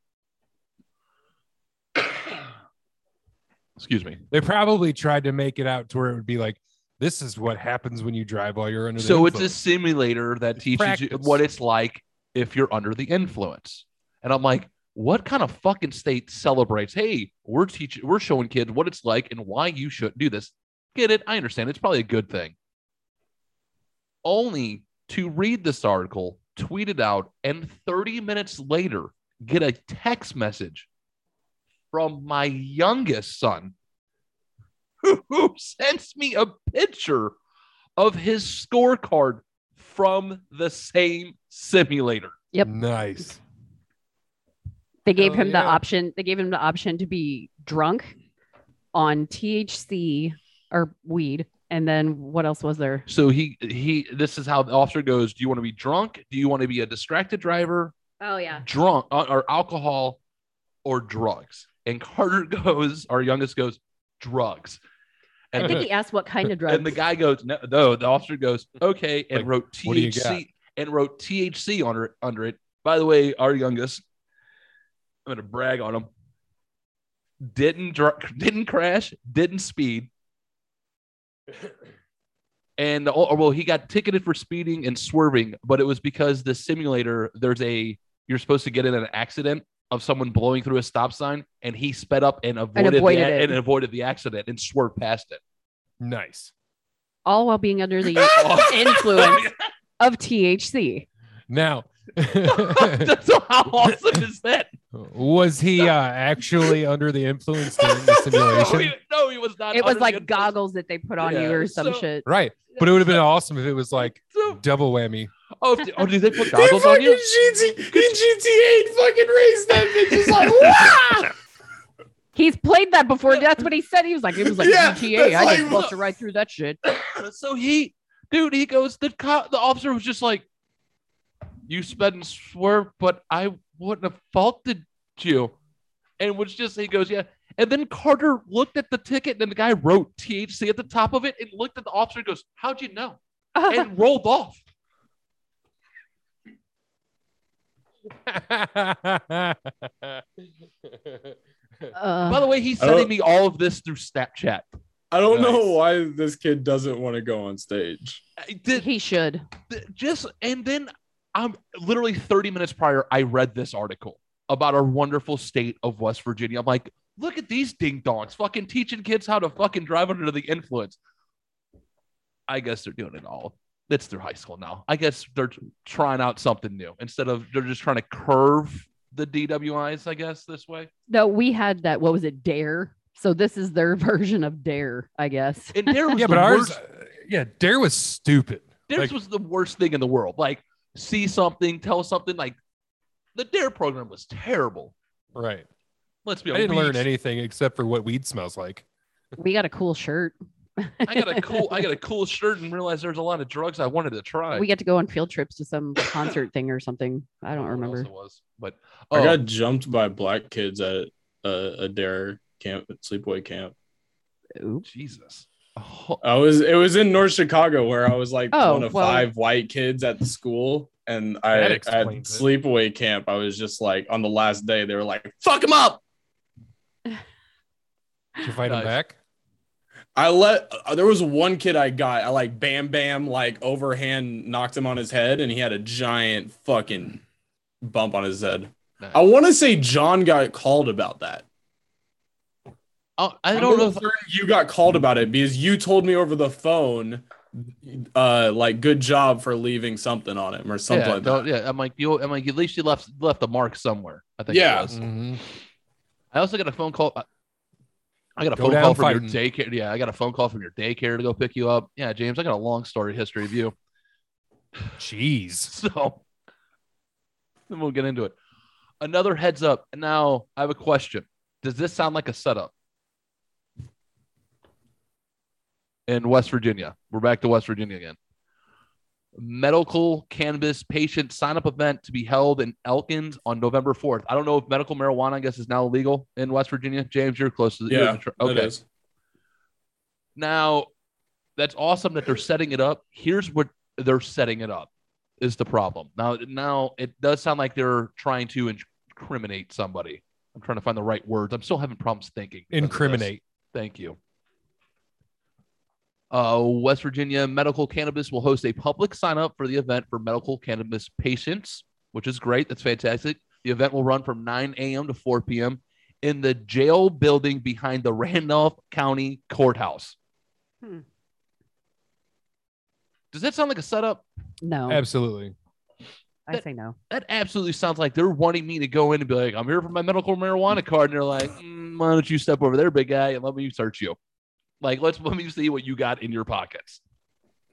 S6: *coughs* Excuse me.
S2: they probably tried to make it out to where it would be like, this is what happens when you drive while you're under. the
S6: so it's a
S2: influence.
S6: simulator that
S2: It's
S6: teaches you
S2: practice.
S6: what it's like if you're under the influence and i'm like what kind of fucking state celebrates hey we're teaching we're showing kids what it's like and why you shouldn't do this get it i understand it's probably a good thing only to read this article tweet it out and 30 minutes later get a text message from my youngest son *laughs* who- who sends me a picture of his scorecard from the same simulator.
S5: Yep.
S2: nice.
S5: They gave
S2: Hell
S5: him the
S2: Oh, yeah.
S5: option. They gave him the option to be drunk on THC or weed, and then what else was there?
S6: So he he this is how the officer goes, do you want to be drunk? Do you want to be a distracted driver?
S5: Oh yeah.
S6: Drunk or, or alcohol or drugs? And Carter *laughs* goes, our youngest goes, drugs.
S5: I
S6: And
S5: think
S6: the, *laughs*
S5: he asked what kind of drugs.
S6: and the guy goes, no, no, the officer goes, okay, and
S2: Like,
S6: wrote
S2: what do you got?
S6: THC and wrote THC under it under it. By the way, our youngest, I'm gonna brag on him. Didn't dr- didn't crash, didn't speed. and oh, well, he got ticketed for speeding and swerving, but it was because the simulator there's a you're supposed to get in an accident of someone blowing through a stop sign, and he sped up and avoided, the
S5: avoided
S6: a-
S5: it.
S6: and avoided the accident and swerved past it.
S2: Nice.
S5: all while being under
S6: *laughs*
S5: the influence of THC.
S2: *laughs* Now,
S6: *laughs* so how awesome is that?
S2: was he uh, actually under the influence during the
S6: *laughs* No,
S2: *laughs* simulation?
S6: he, no, he was not.
S5: It was
S6: under the
S5: like
S6: influence.
S5: goggles that they put on
S6: Yeah,
S5: you or some
S3: *laughs*
S6: so-
S5: shit.
S2: Right. But it would have been awesome if it was like
S6: So-
S2: double *laughs* whammy.
S6: oh, d- oh, did they *laughs* put goggles on you?
S3: GT, he GTA fucking raised that bitch. It's like, wow.
S5: He's played that before. That's what he said. He was like, it was like
S3: Yeah,
S5: GTA.
S3: that's
S5: I
S3: like-
S5: just busted right through that shit.
S6: So he, dude, he goes. The cop, the officer was just like, "You sped and swerved, but I wouldn't have faulted you," and was just he goes, "Yeah." And then Carter looked at the ticket, and then the guy wrote THC at the top of it, and looked at the officer and goes, "How'd you know?" and rolled off. By
S5: *laughs* Uh,
S6: the way, he's
S3: I don't-
S6: sending me all of this through Snapchat.
S3: I don't know
S2: Nice.
S3: why this kid doesn't want to go on stage.
S6: I did-
S5: he should.
S6: th- just and then I'm literally 30 minutes prior, I read this article about our wonderful state of West Virginia. I'm like, look at these ding dongs fucking teaching kids how to fucking drive under the influence. I guess they're doing it all. It's through high school now. I guess they're t- trying out something new instead of they're just trying to curve the DWIs, I guess, this way.
S5: No, we had that. What was it? Dare. So this is their *laughs* version of Dare, I guess.
S6: And there
S2: *laughs*
S6: was
S2: yeah,
S6: the
S2: but ours, uh,
S6: worst-
S2: yeah, Dare was stupid.
S6: this
S2: Like-
S6: was the worst thing in the world. Like, see something, tell something. Like, the Dare program was E terrible.
S2: Right.
S6: Let's be
S2: I
S6: honest.
S2: didn't learn
S6: we-
S2: anything except for what weed smells like.
S5: We got a cool shirt.
S6: I got a cool I got a cool shirt and realized there's a lot of drugs I wanted to try.
S5: We got to go on field trips to some concert thing or something. I don't
S6: What else
S5: remember.
S6: it was. But
S3: I
S6: oh,
S3: got jumped by black kids at a, a dare camp, sleepaway camp.
S5: Oops.
S6: Jesus. Oh,
S3: I was it was in North Chicago where I was like
S5: Oh,
S3: one of
S5: well-
S3: five white kids at the school, and I
S2: That
S3: at
S2: explains it.
S3: sleepaway camp I was just like on the last day they were like fuck him up.
S2: Did you fight
S6: Nice.
S2: him back?
S3: I let uh, there was one kid I got I like bam bam like overhand knocked him on his head and he had a giant fucking bump on his head. I
S6: nice.
S3: want to say John got called about that.
S6: Oh, I
S3: I'm
S6: don't know.
S3: almost
S6: If,
S3: certain you got called about it because you told me over the phone, uh, like good job for leaving something on him or something
S6: yeah,
S3: like
S6: no,
S3: that.
S6: yeah, I'm like you. I'm like at least you left left a mark somewhere. I think. it
S3: Yeah.
S6: was. I also got a phone call. I- I got a
S2: Go
S6: phone
S2: down
S6: call from your
S2: fighting.
S6: daycare. Yeah, I got a phone call from your daycare to go pick you up. Yeah, James, I got a long story history of you.
S2: Jeez.
S6: *laughs* So then we'll get into it. Another heads up. And now I have a question. Does this sound like a setup? In West Virginia. We're back to West Virginia again. Medical cannabis patient sign up event to be held in Elkins on November 4th. I don't know if medical marijuana, I guess, is now illegal in West Virginia. James, you're close to the you're
S3: Yeah,
S6: in the tr-
S3: It
S6: Okay.
S3: is.
S6: Now, that's awesome that they're setting it up. Here's what they're setting it up is the problem. Now, now it does sound like they're trying to incriminate somebody. I'm trying to find the right words. I'm still having problems thinking. because of this.
S2: Incriminate.
S6: Thank you. Uh, West Virginia Medical Cannabis will host a public sign up for the event for medical cannabis patients, which is great. That's fantastic. The event will run from 9 a.m. to 4 p.m. in the jail building behind the Randolph County Courthouse.
S5: Hmm.
S6: Does that sound like a setup?
S5: No,
S2: Absolutely.
S5: I say no.
S6: That absolutely sounds like they're wanting me to go in and be like, I'm here for my medical marijuana card. And they're like, "Mm, why don't you step over there, big guy, and let me search you? Like, let's let me see what you got in your pockets.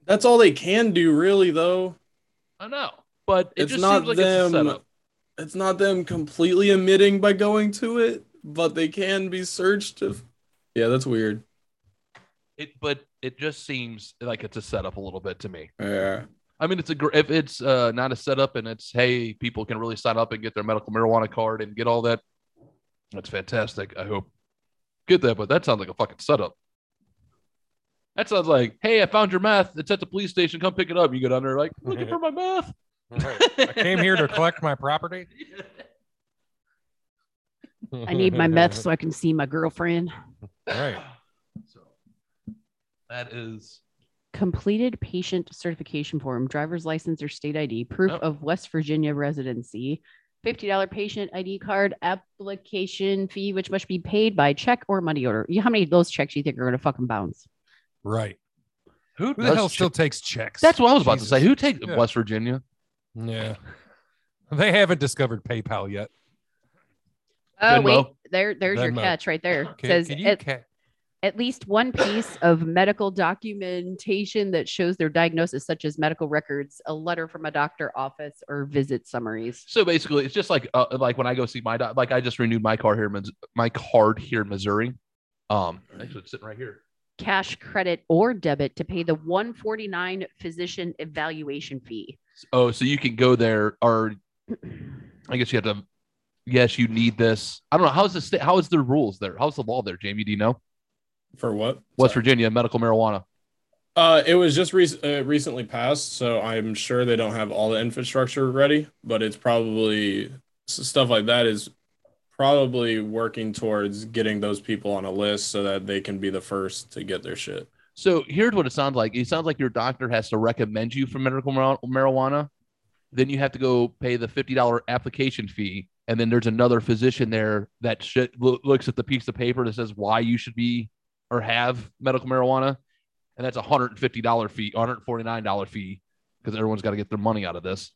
S3: That's all they can do, really. Though
S6: I know, but it
S3: it's
S6: just
S3: not
S6: seems like it's a
S3: them.
S6: setup.
S3: It's not them completely admitting by going to it, but they can be searched. If yeah, that's weird.
S6: It, but it just seems like it's a setup a little bit to me.
S3: Yeah,
S6: I mean, it's a gr- if it's uh, not a setup and it's hey, people can really sign up and get their medical marijuana card and get all that. That's fantastic. I hope get that, but that sounds like a fucking setup. That sounds like hey, I found your meth. It's at the police station. Come pick it up. You go down there like looking for my meth.
S2: I came here to collect my property.
S5: *laughs*
S2: *laughs*
S5: I need my meth so I can see my girlfriend.
S2: Right.
S6: So that is
S5: Completed patient certification form, driver's license or state ID, proof
S6: Oh.
S5: of West Virginia residency, $50 patient ID card, application fee, which must be paid by check or money order. You, how many of those checks do you think are going to fucking bounce?
S2: Right. Who
S6: who,
S2: the
S6: does
S2: hell
S6: check-
S2: still takes checks?
S6: That's what I was about
S2: Jesus.
S6: to say. Who takes
S2: Yeah.
S6: West Virginia?
S2: Yeah. *laughs* They haven't discovered PayPal yet.
S5: Oh,
S6: Venmo.
S5: wait, there, there's your
S2: Venmo.
S5: catch right there. It
S2: Okay.
S5: says
S2: can you
S5: at,
S2: ca-
S5: at least one piece of medical documentation that shows their diagnosis, such as medical records, a letter from a doctor office, or visit summaries.
S6: So basically, it's just like uh, like when I go see my doc. Like I just renewed my car here, in Mis- my card here in Missouri. Um, actually, it's sitting right here.
S5: cash credit or debit to pay the 149 physician evaluation fee.
S6: Oh, so you can go there, or I guess you have to. Yes, you need this. I don't know how's the sta- how is the rules there? How's the law there, Jamie? Do you know
S3: for what?
S6: West
S3: Sorry.
S6: Virginia medical marijuana?
S3: Uh, it was just rec- uh, recently passed, so I'm sure they don't have all the infrastructure ready, but it's probably s- stuff like that is probably working towards getting those people on a list so that they can be the first to get their shit.
S6: So here's what it sounds like. It sounds like your doctor has to recommend you for medical mar- marijuana. Then you have to go pay the fifty dollar application fee, and then there's another physician there that shit, loo- looks at the piece of paper that says why you should be or have medical marijuana, and that's a hundred and fifty dollar fee, one hundred forty nine dollar fee, because everyone's got to get their money out of this.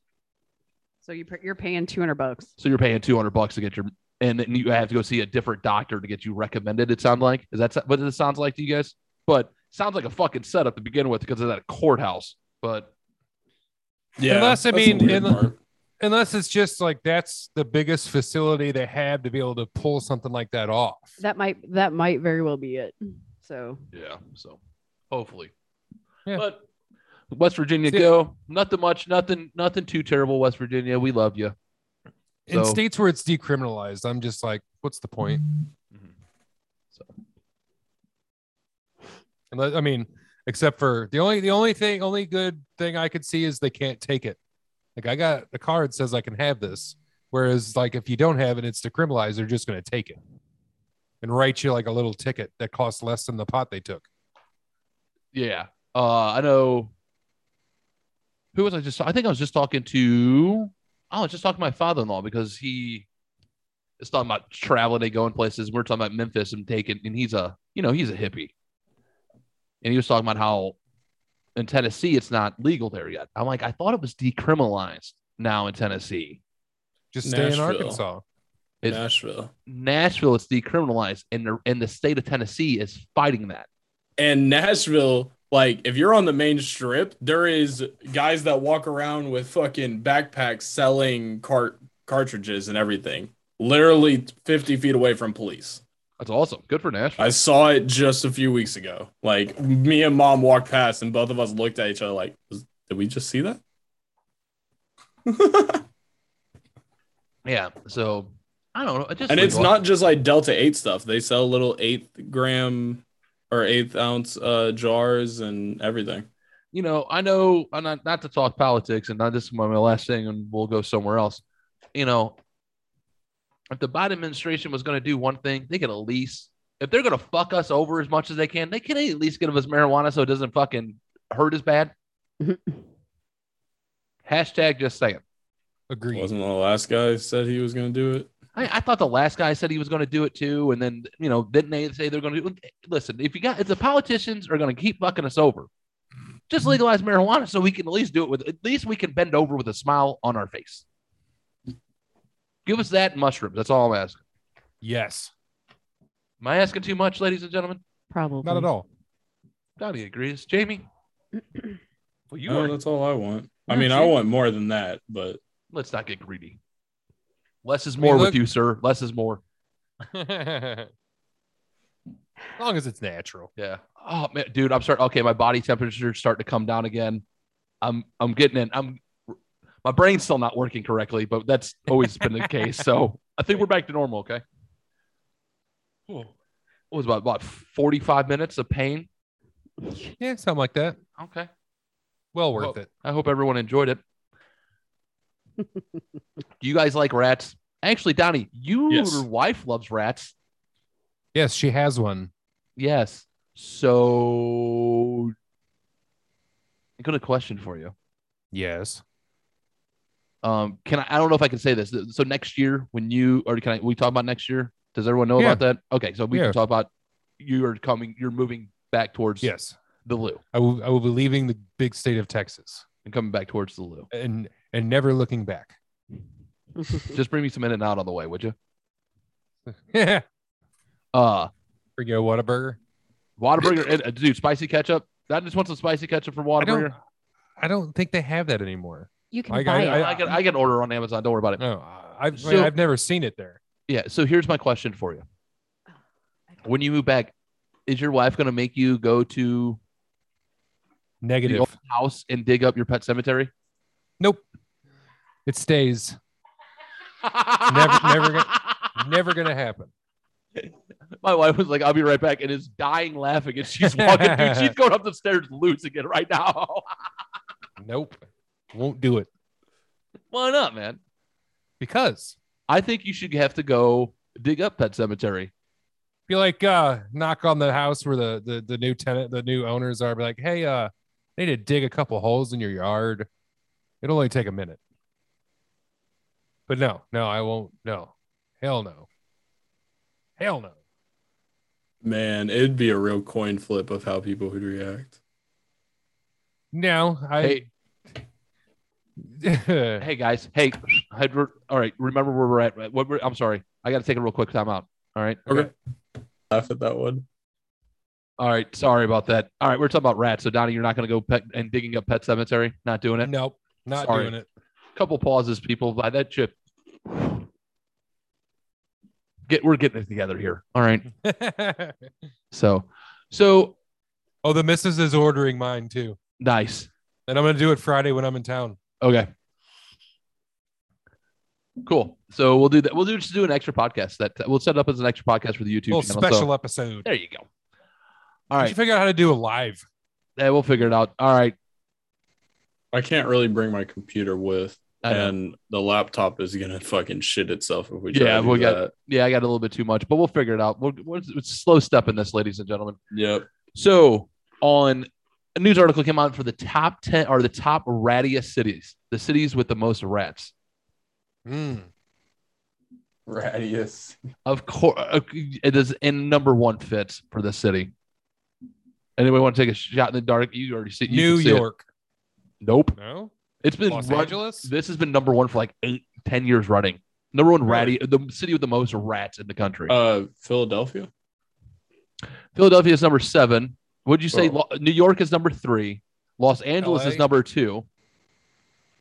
S5: So you, pr- you're paying 200 bucks.
S6: So you're paying two hundred bucks to get your, and then you have to go see a different doctor to get you recommended. It sounds like is that what it sounds like to you guys? But sounds like a fucking setup to begin with because of that courthouse. But
S3: Yeah,
S2: Unless, I
S3: that's the
S2: mean,
S3: weird
S2: in-
S3: part.
S2: unless it's just like that's the biggest facility they have to be able to pull something like that off.
S5: That might that might very well be it. So
S6: Yeah. So hopefully.
S2: Yeah.
S6: But West Virginia
S2: See-
S6: go. Nothing much, nothing, nothing too terrible, West Virginia. We love you.
S2: In
S6: So-
S2: states where it's decriminalized, I'm just like, what's the point? Unless, I mean, except for the only the only thing only good thing I could see is they can't take it. Like I got a card that says I can have this, whereas like if you don't have it, it's decriminalized. They're just going to take it and write you like a little ticket that costs less than the pot they took.
S6: Yeah. Uh, I know. Who was I just? I think I was just talking to. I was just talking to my father-in-law because he is talking about traveling and going places. We're talking about Memphis and taking, and he's a, you know, he's a hippie, and he was talking about how in Tennessee it's not legal there yet. I'm like, I thought it was decriminalized now in Tennessee.
S2: Just stay in
S3: Nashville.
S2: Arkansas.
S6: It-
S3: Nashville.
S6: Nashville, it's decriminalized, and the and the state of Tennessee is fighting that.
S3: And Nashville, like if you're on the main strip, there is guys that walk around with fucking backpacks selling cart cartridges and everything. Literally 50 feet away from police.
S6: That's awesome. Good for Nashville.
S3: I saw it just a few weeks ago. Like me and mom walked past and both of us looked at each other like, "Was- did we just see that?
S6: yeah. So I don't know. It just
S3: and it's
S6: legal.
S3: not just like Delta 8 stuff. They sell little eighth gram or eighth ounce uh, jars and everything.
S6: you know, I know I'm not, not to talk politics and not this is my my last thing and we'll go somewhere else. You know, if the Biden administration was going to do one thing, they could at least, if they're going to fuck us over as much as they can, they can at least give us marijuana so it doesn't fucking hurt as bad. Hashtag just saying.
S2: Agreed.
S3: Wasn't the last guy said he was going to do it?
S6: I, I thought the last guy said he was going to do it too. And then, you know, didn't they say they're going to do Listen, if you got, if the politicians are going to keep fucking us over,
S2: Mm-hmm.
S6: just legalize marijuana so we can at least do it with, at least we can bend over with a smile on our face. Give us that and mushrooms. That's all I'm asking.
S2: Yes.
S6: Am I asking too much, ladies and gentlemen?
S5: probably
S3: *laughs*
S2: Not at all.
S6: Donnie
S2: *clears throat*
S6: agrees. Jamie? Well, you
S3: No,
S6: are.
S3: Oh, that's all I want. I
S5: No,
S3: mean, I
S5: sure.
S3: want more than that, but
S6: Let's not get greedy. Less is
S2: mean,
S6: more with
S2: look-
S6: you, sir. Less is more.
S2: as long as it's natural.
S6: Yeah. Oh man, dude, I'm starting. Okay, my body temperature's starting to come down again. I'm I'm getting in. I'm my brain's still not working correctly, but that's always been the case. So I think we're back to normal. Okay. What was it, about about 45 minutes of pain?
S2: Yeah, something like that.
S6: Okay.
S2: Well worth
S6: Well-
S2: it.
S6: I hope everyone enjoyed it. Do you guys like rats? Actually, Donnie, you,
S3: Yes.
S6: your wife loves rats.
S2: Yes, she has one.
S6: Yes. So I got a question for you.
S2: Yes.
S6: Um, can I? I don't know if I can say this. So next year, when you or can I? We talk about next year. Does everyone know
S2: Yeah.
S6: about that? Okay, so we
S2: Yeah.
S6: can talk about you are coming. You're moving back towards
S2: Yes.
S6: the Lou
S2: I will, I will be leaving the big state of Texas
S6: and coming back towards the Lou.
S2: and and never looking back. *laughs*
S6: Just bring me some in and out on the way, would you?
S2: Yeah.
S6: Uh,
S2: Bring you a Whataburger.
S6: Whataburger, and, uh, dude, spicy ketchup. I just want some spicy ketchup from
S2: I don't,
S6: Whataburger.
S2: I don't think they have that anymore.
S5: *laughs* you can
S2: I-
S5: buy
S6: I,
S5: it.
S6: I, can I can order on Amazon. Don't worry about it.
S2: No, I've,
S6: So-
S2: I've never seen it there.
S6: Yeah. So here's my question for you. When you move back, is your wife going to make you go to the
S2: Negative.
S6: old house and dig up your pet cemetery?
S2: It stays. Never- never Never going to happen.
S6: My wife was like, I'll be right back, and is dying laughing. And she's walking, dude, *laughs* she's going up the stairs losing it right now.
S2: Nope. Won't do it
S6: *laughs* Why not, man?
S2: because
S6: I think you should have to go dig up Pet Cemetery.
S2: be like, uh, knock on the house where the, the, the new tenant, the new owners are. Be like, hey, uh, they need to dig a couple holes in your yard. It'll only take a minute. But no, no, I won't. No. Hell no. Hell no.
S3: man, it'd be a real coin flip of how people would react.
S2: No, I.
S6: hey, hey guys, hey, Edward. All right, remember where we're at. right? What we're, I'm sorry, I got to take a real quick time out. All right,
S3: Okay. Laugh at that one.
S6: all right. Sorry about that. All right, we're talking about rats. So Donnie, you're not going to go pet and digging up Pet Cemetery. Not doing
S2: *laughs*
S6: it.
S2: nope, not
S6: Sorry.
S2: doing it.
S6: couple pauses, people. By that chip, get we're getting it together here. All right. So, so
S2: *laughs* oh, the missus is ordering mine too,
S6: nice.
S2: and I'm gonna do it Friday when I'm in town.
S6: Okay. Cool. So we'll do that. We'll do just do an extra podcast that we'll set up as an extra podcast for the YouTube
S2: little
S6: channel.
S2: special
S6: So,
S2: episode.
S6: there you go. All
S2: We
S6: right.
S2: should figure out how to do a live.
S6: Yeah, we'll figure it out. All right.
S3: I can't really bring my computer with,
S6: I know.
S3: and the laptop is gonna fucking shit itself if we.
S6: Yeah,
S3: try to do
S6: we'll get-
S3: that.
S6: yeah, I got a little bit too much, but we'll figure it out. We're, we're, it's slow stepping this, ladies and gentlemen.
S3: Yep.
S6: So, on a news article came out for the top 10 or the top rattiest cities, the cities with the most rats.
S2: Mm.
S3: Radius.
S6: Of course, it is in number one fits for this city. Anybody want to take a shot in the dark? You already see you
S2: New
S6: can see it.
S2: York.
S6: Nope.
S2: No.
S6: It's been
S2: Los
S6: run-
S2: Angeles?
S6: This has been number one for like eight, ten years running. Number one ratty,
S3: Really?
S6: the city with the most rats in the country.
S3: Uh, Philadelphia.
S6: Philadelphia is number seven. Would you say
S3: Bro.
S6: Lo- New York is number three? Los Angeles is
S2: LA?
S6: number two.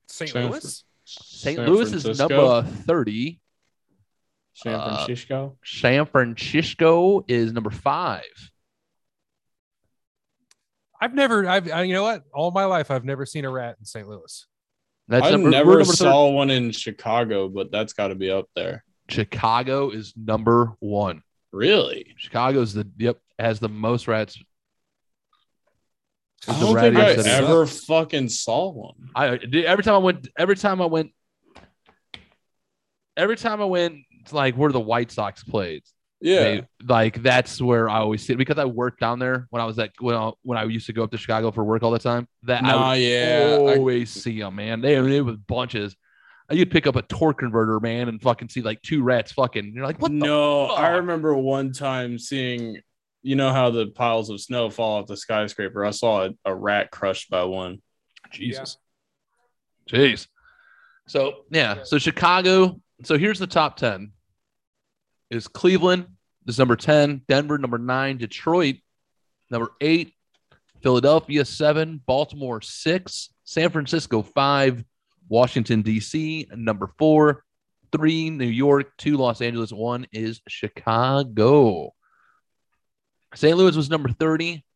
S2: St.
S3: San
S2: Louis.
S6: St.
S3: San
S6: Louis is
S3: Francisco?
S6: number uh, thirty.
S3: San
S6: uh,
S3: Francisco.
S6: San Francisco is number five.
S2: I've never. I've. I, you know what? All my life, I've never seen a rat in St. Louis.
S6: That's
S3: I
S6: number, we're
S3: never
S6: number thir-
S3: saw one in Chicago, but that's got to be up there.
S6: Chicago is number one.
S3: Really?
S6: Chicago's the yep has the most rats.
S3: I
S6: It's
S3: don't
S6: the
S3: think I
S6: rattiest city.
S3: ever fucking saw one.
S6: I dude, every time I went, every time I went, every time I went, it's like where the White Sox played.
S3: Yeah.
S6: They- like that's where I always sit because I worked down there when I was at when I, when I used to go up to Chicago for work all the time. That
S3: Nah,
S6: I would
S3: yeah. I-
S6: always see them, man. They they was bunches. And You'd pick up a torque converter, man, and fucking see like two rats fucking. You're like, Oh, what? The?
S3: no, I
S6: fuck?
S3: remember one time seeing, you know how the piles of snow fall off the skyscraper. I saw a, a rat crushed by one.
S6: Jesus, jeez. So yeah, so Chicago. So here's the top ten. Is Cleveland is number ten, Denver number nine, Detroit number eight, Philadelphia seven, Baltimore six, San Francisco five, Washington D.C. number four, three New York, two Los Angeles, one is Chicago. St. Louis was number thirty.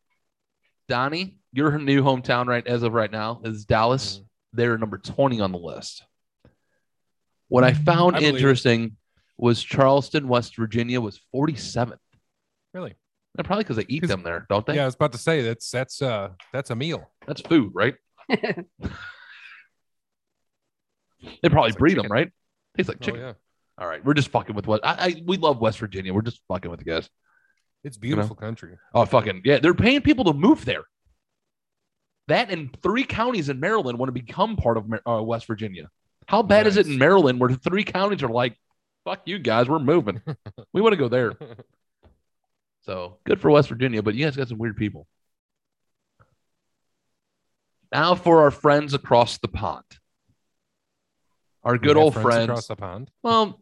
S6: Donnie, your new hometown right as of right now is Dallas.
S2: Mm-hmm.
S6: They're number twenty on the list. What I found
S2: I believe it.
S6: interesting was Charleston, West Virginia was forty seventh.
S2: Really?
S6: And probably because they eat
S2: 'Cause-
S6: them there, don't they?
S2: Yeah, I was about to say that's that's uh that's a meal.
S6: That's food, right? They probably
S2: It's like
S6: breed them,
S2: chicken.
S6: right? Tastes like
S2: Oh,
S6: chicken.
S2: yeah.
S6: All right, we're just fucking with what I, I we love West Virginia. We're just fucking with the guys.
S2: It's beautiful country.
S6: Oh fucking yeah, they're paying people to move there. That and three counties in Maryland want to become part of Mar- uh, West Virginia. How bad is it in
S2: Nice.
S6: Maryland where three counties are like, "Fuck you guys,
S2: *laughs*
S6: we're moving. we want to go there." So good for West Virginia, but you guys got some weird people. Now for our friends across the pond, our good
S2: We have
S6: old
S2: across
S6: friends.
S2: the pond.
S6: Well,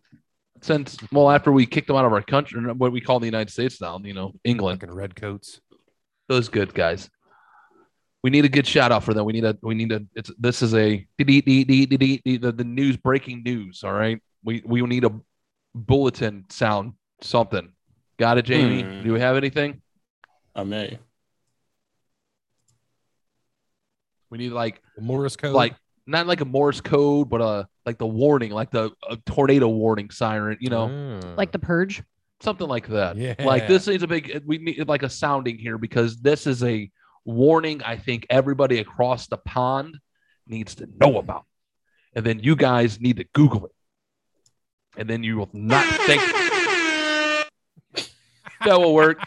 S6: since well after we kicked them out of our country, or what we call the United States now, you know, England
S2: Fucking redcoats.
S6: those good guys. We need a good shout out for them. We need a we need a it's this is a the, the news breaking news. All right. We we need a bulletin sound something. Got it, Jamie.
S3: Hmm.
S6: Do we have anything?
S3: I may.
S6: We need like
S2: The Morris code.
S6: like not like a Morse code, but a like the warning, like the a tornado warning siren, you know,
S2: Ah.
S5: like the purge.
S6: something like that.
S2: yeah.
S6: Like this needs a big we need like a sounding here because this is a warning I think everybody across the pond needs to know about. And then you guys need to Google it. And then you will not think that will work.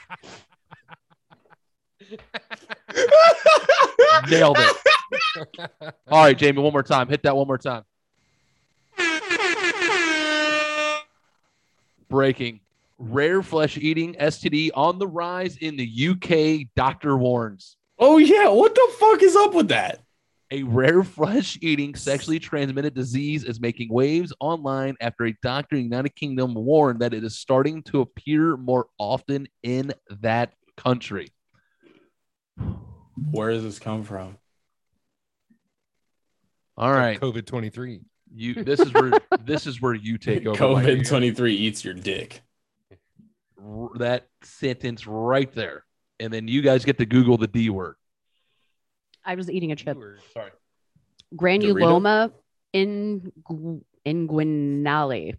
S6: Nailed it. All right, Jamie, one more time. Hit that one more time. Breaking. Rare flesh eating STD on the rise in the UK, doctor warns.
S3: Oh yeah, what the fuck is up with that?
S6: A rare *laughs* flesh eating sexually transmitted disease is making waves online after a doctor in the United Kingdom warned that it is starting to appear more often in that country.
S3: Where does this come from?
S6: All right.
S2: COVID twenty three.
S6: You this is where this is where you take over. my
S3: COVID
S6: ear.
S3: twenty three eats your dick.
S6: R- that sentence right there, and then you guys get to Google the D word.
S5: I was eating a chip.
S6: Sorry.
S5: Granuloma in inguinale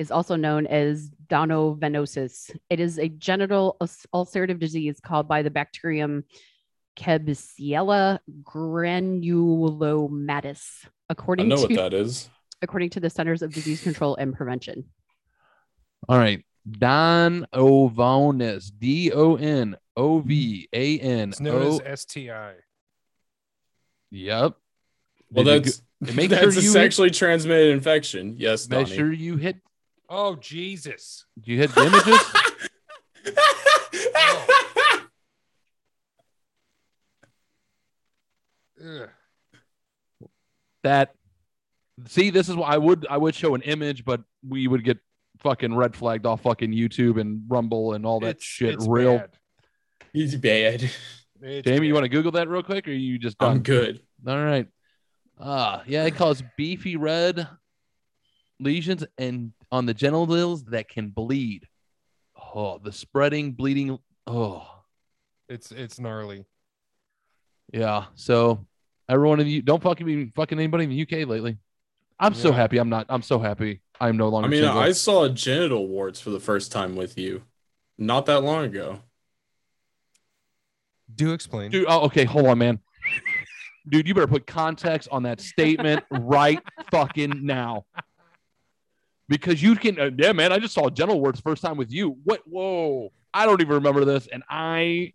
S5: is also known as donovanosis. It is a genital ulc- ulcerative disease caused by the bacterium Klebsiella granulomatis,
S3: I
S5: according
S3: know
S5: to
S3: what that is.
S5: *laughs* according to the Centers of Disease Control and Prevention.
S6: All right. Don Ovanis. D O N O V A N
S2: It's known
S6: O.
S2: as STI.
S6: Yep.
S3: Well,
S6: Did you
S3: *laughs* that's
S6: go- make
S3: that's
S6: sure
S3: a
S6: you
S3: sexually transmitted infection. Yes,
S6: make
S3: Donnie.
S6: sure you hit.
S2: Oh Jesus!
S6: You hit
S3: *laughs*
S6: the images.
S2: Ugh.
S6: that see this is why i would i would show an image but we would get fucking red flagged off fucking youtube and rumble and all that
S2: It's-
S6: shit
S2: it's
S6: real
S2: bad.
S3: *laughs* He's bad.
S2: It's
S6: jamie you
S2: bad.
S6: want to google that real quick or you just
S3: I'm
S6: done
S3: good.
S6: all right uh yeah it caused beefy red lesions and on the genitals that can bleed oh the spreading bleeding oh
S2: It's it's gnarly.
S6: yeah so everyone in the U- don't fucking be fucking anybody in the uk lately i'm so
S2: Yeah.
S6: happy i'm not i'm so happy i'm no longer
S3: I mean,
S6: single.
S3: I saw genital warts for the first time with you, not that long ago.
S2: Do explain.
S6: Dude, oh, okay, hold on, man. Dude, you better put context on that statement right fucking now. Because you can, uh, yeah, man, I just saw Gentle Words first time with you. What? Whoa. I don't even remember this. And I,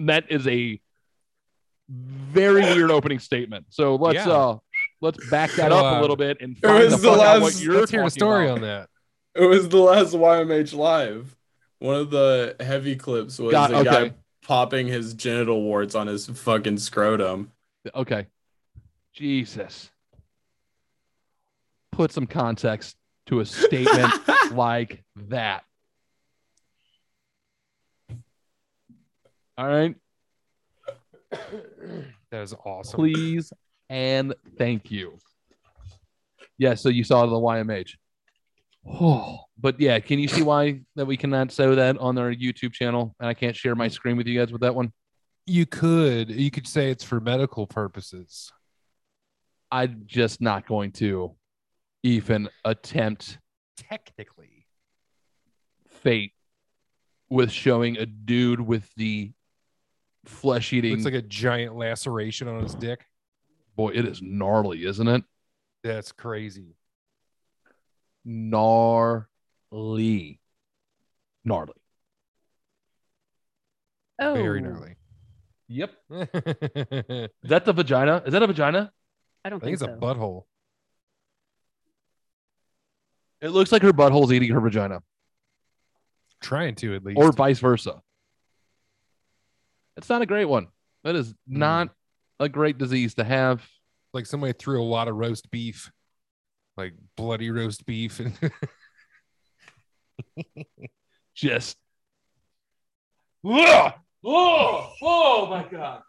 S6: that is a very weird opening statement. So let's,
S2: Yeah.
S6: uh, let's back that
S2: So,
S6: up
S2: uh,
S6: a little bit and find
S3: was
S6: the,
S3: the
S6: fuck out what
S3: last-
S6: you're
S2: Let's hear a
S6: talking
S2: story
S6: about.
S2: on that.
S3: It was the last YMH live. One of the heavy clips was
S6: God,
S3: a
S6: okay.
S3: guy popping his genital warts on his fucking scrotum.
S6: Okay. Jesus. Put some context to
S3: *laughs*
S6: a statement *laughs* like that. All right.
S2: That is awesome.
S6: Please and thank you. Yeah, so you saw the YMH. Oh, but yeah, can you see why that we cannot show that on our YouTube channel? And I can't share my screen with you guys with that one.
S2: You could you could say it's for medical purposes.
S6: I'm just not going to even attempt
S2: Technically,
S6: fate with showing a dude with the flesh eating
S2: looks like a giant laceration on his dick.
S6: boy. It is gnarly, isn't it?
S2: That's crazy.
S6: Gnarly, gnarly.
S5: Oh,
S2: Very gnarly.
S6: Yep.
S2: *laughs* I think
S6: Is that the vagina? Is that a vagina?
S5: I don't think,
S2: it's a
S5: so.
S2: butthole.
S6: It looks like her butthole's eating her vagina,
S2: Trying to at least.
S6: or vice versa. It's not a great one. That is not a great disease to have.
S2: like somebody threw a lot of roast beef, like bloody roast beef, *laughs* and
S6: Just
S7: Ugh! Oh, oh my God.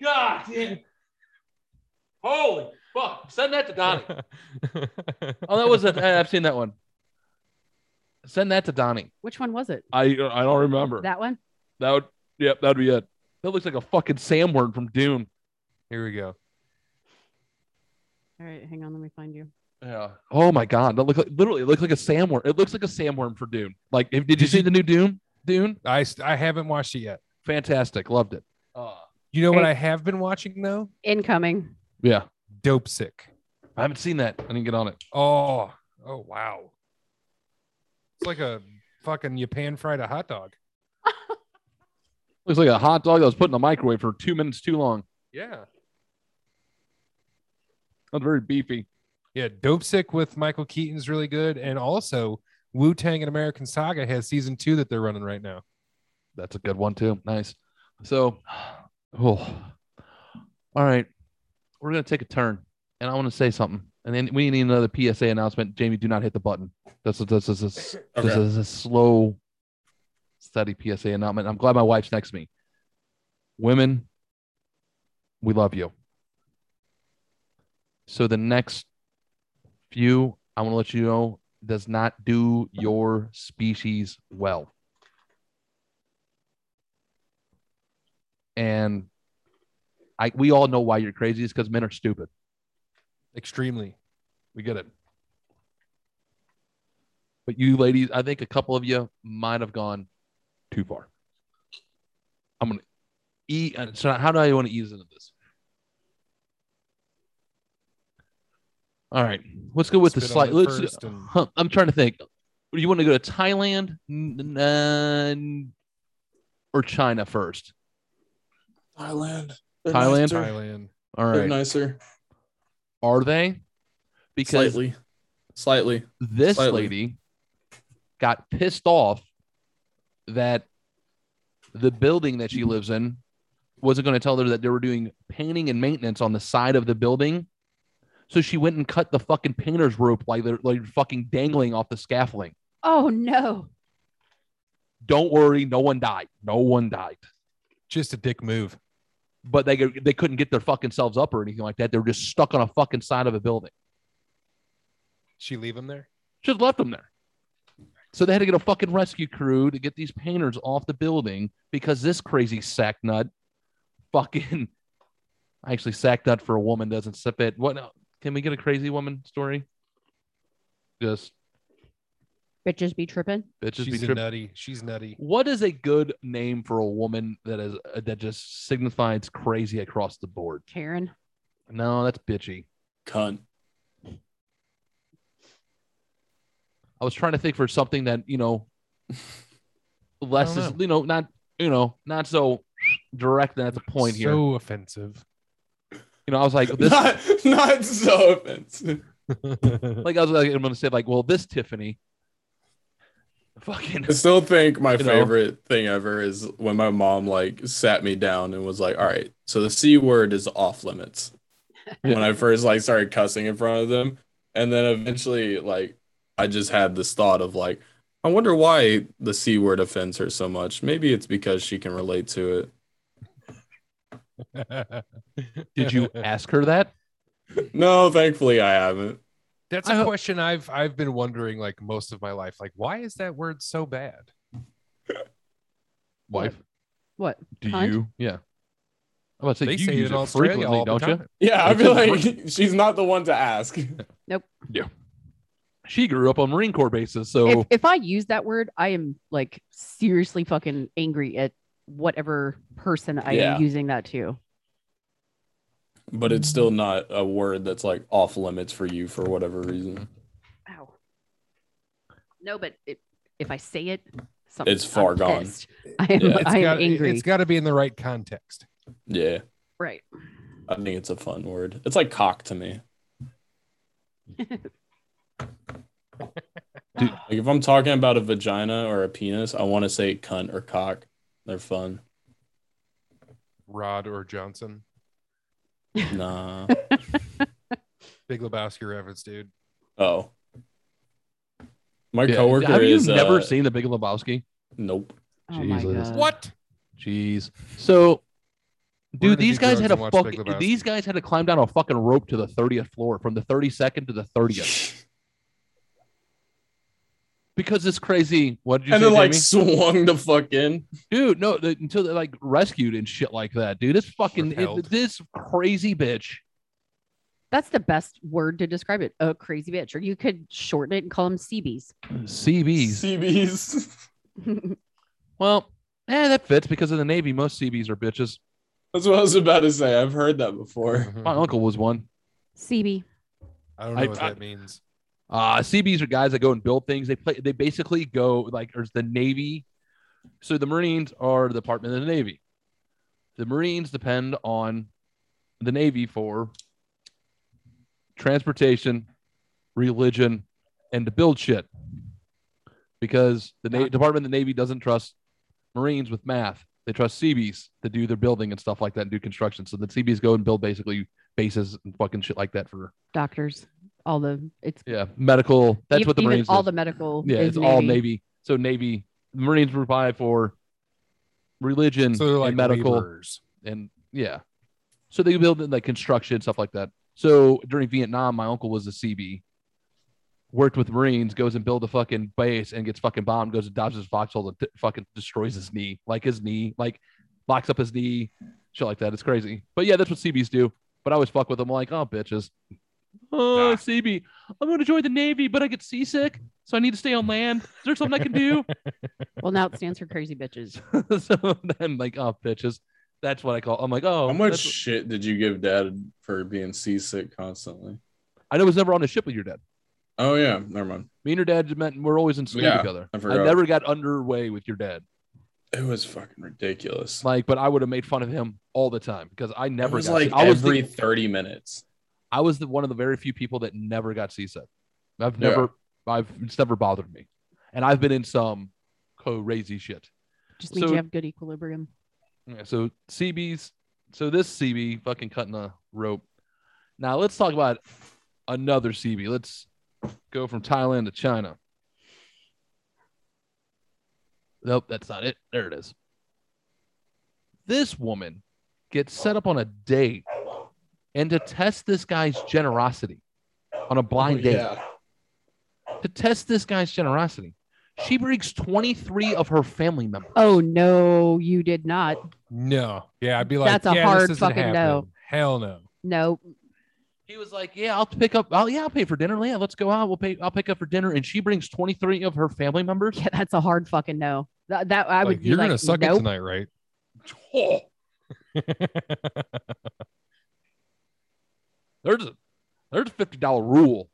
S7: God damn. Holy fuck.
S6: send that to Donnie. *laughs* oh, that was a, I've seen that one. Send that to Donnie.
S5: Which one was it?
S6: I I don't remember.
S5: That one?
S6: That would, yep, that'd be it. That looks like a fucking sandworm from Dune.
S2: Here we go.
S5: All right, hang on, let me find you.
S6: Yeah. Oh my god, that look like literally it looks like a sandworm. It looks like a sandworm for Dune. Like, if, did you
S2: Did
S6: see
S2: you-
S6: the new Dune? Dune,
S2: I st- I haven't watched it yet.
S6: fantastic, loved it. Uh,
S2: You know what
S5: Hey.
S2: I have been watching though?
S5: Incoming.
S6: yeah,
S2: Dope sick.
S6: I haven't seen that. I didn't get on it.
S2: Oh, oh wow. It's like a fucking you pan fried a hot dog.
S6: Looks like a hot dog that was put in the microwave for two minutes too long.
S2: Yeah.
S6: That's very beefy.
S2: Yeah, Dope Sick with Michael Keaton's really good. And also Wu Tang and American Saga has season two that they're running right now.
S6: That's a good one too. Nice. So, oh, all right, we're gonna take a turn, and I want to say something, and then we need another PSA announcement. Jamie, do not hit the button. That's that's that's, that's
S3: Okay.
S6: This is a slow, steady PSA announcement. I'm glad my wife's next to me. Women, we love you. So the next few, I want to let you know, does not do your species well. And I we all know why you're crazy is because men are stupid.
S2: Extremely. We get it.
S6: But you ladies, I think a couple of you might have gone too far. I'm gonna e. uh, So how do I want to ease into this? All right, let's go with the
S2: Spit on
S6: slight.
S2: it
S6: Let's.
S2: first and-
S6: huh, I'm trying to think. Do you want to go to Thailand N- n- or China first?
S3: Thailand.
S6: Thailand?
S3: nicer.
S2: Thailand.
S6: All
S3: They're
S6: right,
S3: nicer.
S6: are they? Because
S3: Slightly. Slightly.
S6: this
S3: Slightly.
S6: lady got pissed off that the building that she lives in wasn't going to tell her that they were doing painting and maintenance on the side of the building. So she went and cut the fucking painter's rope like they're like fucking dangling off the scaffolding.
S5: Oh no.
S6: Don't worry, no one died. No one died.
S2: Just a dick move.
S6: But they they couldn't get their fucking selves up or anything like that. They were just stuck on a fucking side of a building.
S2: She leave him there?
S6: Just left them there. So they had to get a fucking rescue crew to get these painters off the building because this crazy sack nut fucking *laughs* actually sack nut for a woman doesn't sip it. What can we get a crazy woman story? Just
S5: Bitches be tripping.
S6: bitches
S2: She's
S6: be
S2: a
S6: tripping.
S2: nutty. She's nutty.
S6: What is a good name for a woman that is that just signifies crazy across the board?
S5: Karen.
S6: No, that's bitchy.
S3: Cunt.
S6: I was trying to think for something that
S2: *laughs*
S6: you know, less
S2: don't
S6: is
S2: know.
S6: you know not you know not so direct and at the point
S2: so
S6: here.
S2: offensive. *laughs*
S6: You know, I was like
S3: *laughs*
S6: this.
S3: not, not so offensive.
S6: like I was like, I'm gonna say like, well, this Tiffany, fucking
S3: I still think my
S6: You know.
S3: favorite thing ever is when my mom like sat me down and was like, "All right, so the c word is off limits." when I first like started cussing in front of them, and then eventually like I just had this thought of like, I wonder why the c word offends her so much. Maybe it's because she can relate to it.
S6: did
S2: *laughs*
S6: you ask her that?
S3: No, thankfully I haven't.
S2: That's
S6: I
S2: a
S6: hope-
S2: question I've I've been wondering like most of my life. Like, why is that word so bad?
S6: Wife,
S5: What?
S6: do
S5: Cunt?
S6: you? Yeah. I'm about to say
S2: They
S6: you
S2: say
S6: use
S2: it in
S6: it
S2: Australia
S6: frequently,
S2: all the
S6: don't you?
S2: time.
S3: Yeah, I
S6: It's
S3: feel
S6: a-
S3: like *laughs* she's not the one to ask.
S6: She grew up on Marine Corps bases, so
S5: If, if I use that word, I am like seriously fucking angry at whatever person I
S3: Yeah.
S5: am using that to.
S3: But it's still not a word that's like off limits for you for whatever reason.
S5: Ow. No, but it, if I say it, something
S3: It's far
S5: I'm
S3: gone.
S5: pissed. I am,
S3: Yeah.
S2: It's
S5: I am
S2: gotta-
S5: angry.
S2: It's got to be in the right context.
S3: Yeah.
S5: right.
S3: I think it's a fun word. It's like cock to
S6: *laughs*
S3: me. Dude, like if I'm talking about a vagina or a penis, I want to say cunt or cock. They're fun.
S2: Rod or Johnson,
S3: Nah.
S2: Big Lebowski reference, dude.
S3: oh. My
S6: Yeah.
S3: coworker
S6: Have you
S3: is
S6: never
S3: uh,
S6: seen The Big Lebowski?
S3: Nope.
S5: Oh my
S6: Jesus.
S5: God.
S2: What?
S6: Jeez. So,
S2: We're
S6: dude,
S2: gonna
S6: these
S2: do
S6: guys
S2: drugs
S6: had a
S2: and watch Big
S6: fucking.
S2: Lebowski.
S6: These guys had to climb down a fucking rope to the thirtieth floor, from the thirty second to the thirtieth, because this crazy. What did you
S3: and
S6: say,
S3: then like
S6: Jamie?
S3: swung the fuck in.
S6: dude no the, until they're like rescued and shit like that dude it's fucking it-
S2: Repelled.
S6: this crazy bitch
S5: That's the best word to describe it. A crazy bitch. Or you could shorten it and call them CBs.
S6: cbs
S3: CBs. *laughs*
S5: *laughs*
S6: well eh, that fits because in the navy most cbs are bitches
S3: That's what I was about to say. I've heard that before.
S6: my
S2: Mhm.
S6: uncle was one
S5: CB.
S2: I don't know
S6: I-
S2: what
S6: I-
S2: that means.
S6: uh cbs are guys that go and build things they play they basically go like there's the navy so the marines are the department of the navy the marines depend on the navy for transportation religion and to build shit because the Na- department of the navy doesn't trust marines with math they trust cbs to do their building and stuff like that and do construction so the cbs go and build basically bases and fucking shit like that for
S5: Doctors. All the it's
S6: yeah medical that's
S5: ev-
S6: what the
S5: even
S6: marines
S5: all
S6: do.
S5: the medical
S6: Yeah,
S5: is
S6: it's all Navy. So Navy Marines provide for religion
S2: So they're like
S6: and medical
S2: laborers.
S6: and yeah. So they build in like construction stuff like that. So during Vietnam, my uncle was a CB, worked with Marines, goes and built a fucking base and gets fucking bombed, goes and dodges his foxhole and t- fucking destroys his knee, like his knee, like locks up his knee, shit like that. It's crazy. But yeah, that's what CBs do. But I always fuck with them like, oh, bitches. Oh,
S2: Nah.
S6: CB, I'm going to join the Navy, but I get seasick. So I need to stay on land. Is there something I can do? *laughs*
S5: Well, now it stands for crazy bitches.
S6: so then, like, oh, bitches. That's what I call. I'm like, oh,
S3: How much
S6: that's-
S3: shit did you give dad for being seasick constantly?
S6: I know it was never on a ship with your dad.
S3: Oh yeah, never mind.
S6: Me and your dad just meant we're always in school
S3: Yeah,
S6: together.
S3: I
S6: I,
S3: forgot.
S6: never got underway with your dad.
S3: It was fucking ridiculous.
S6: Like, but I would have made fun of him all the time because I
S3: It
S6: never
S3: was
S6: got
S3: like
S6: sick. I was
S3: every
S6: the,
S3: thirty minutes.
S6: I was the, one of the very few people that never got seasick. I've
S3: Yeah.
S6: never I've it's never bothered me. And I've been in some crazy shit.
S5: Just means
S6: So-
S5: you have good equilibrium.
S6: Yeah, so CB's so this CB fucking cutting the rope. Now let's talk about another CB. Let's go from Thailand to China. Nope, that's not it. There it is. This woman gets set up on a date and to test this guy's generosity on a
S3: Oh,
S6: blind date to test this guy's generosity. She brings 23 of her family members.
S5: Oh no, you did not.
S2: No. Yeah, I'd be like,
S5: That's a
S2: yeah,
S5: hard
S2: this isn't
S5: fucking no.
S2: happening. Hell no.
S5: No,
S6: he was like, "Yeah, I'll pick up. I'll, yeah, I'll pay for dinner. Yeah, let's go out. We'll pay. I'll pick up for dinner." And she brings twenty three of her family
S5: *laughs*
S6: members.
S5: yeah, that's a hard fucking no. That, that I would
S2: Like,
S5: be
S2: you're
S5: like,
S2: gonna suck it
S5: nope.
S2: tonight, right? *laughs*
S6: Oh, there's a there's a fifty dollar rule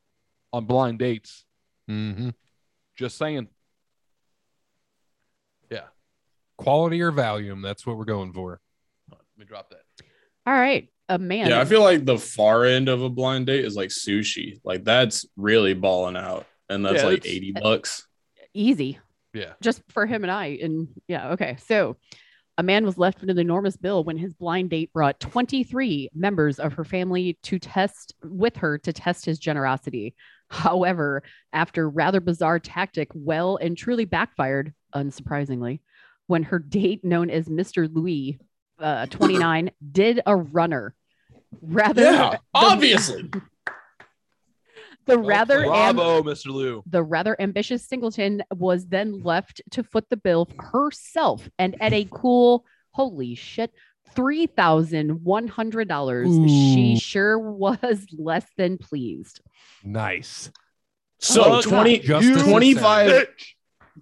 S6: on blind dates.
S2: mm-hmm.
S6: Just saying.
S2: Quality or volume? That's what we're going for.
S6: Hold on, let me drop that.
S5: All right, a man.
S3: Yeah, I feel like the far end of a blind date is like sushi. Like that's really balling out, and that's
S6: Yeah,
S3: like
S6: it's-
S3: eighty bucks.
S5: easy.
S6: Yeah.
S5: Just for him and I. And yeah, okay. So a man was left with an enormous bill when his blind date brought 23 members of her family to test with her to test his generosity. However, after rather bizarre tactic, well and truly backfired, unsurprisingly, when her date, known as Mr. Louis, uh, 29, did a runner. Rather,
S3: Yeah,
S5: the-
S3: obviously.
S5: the rather am-
S6: Oh, Bravo, Mr. Lou.
S5: the rather ambitious Singleton was
S6: Mm.
S5: then left to foot the bill herself and at a cool, holy shit, $3,100. She
S2: Ooh.
S5: sure was less than pleased. *laughs*
S2: Nice.
S3: So
S5: Oh, God.
S3: 20,
S2: Justice is
S3: 25,
S2: served.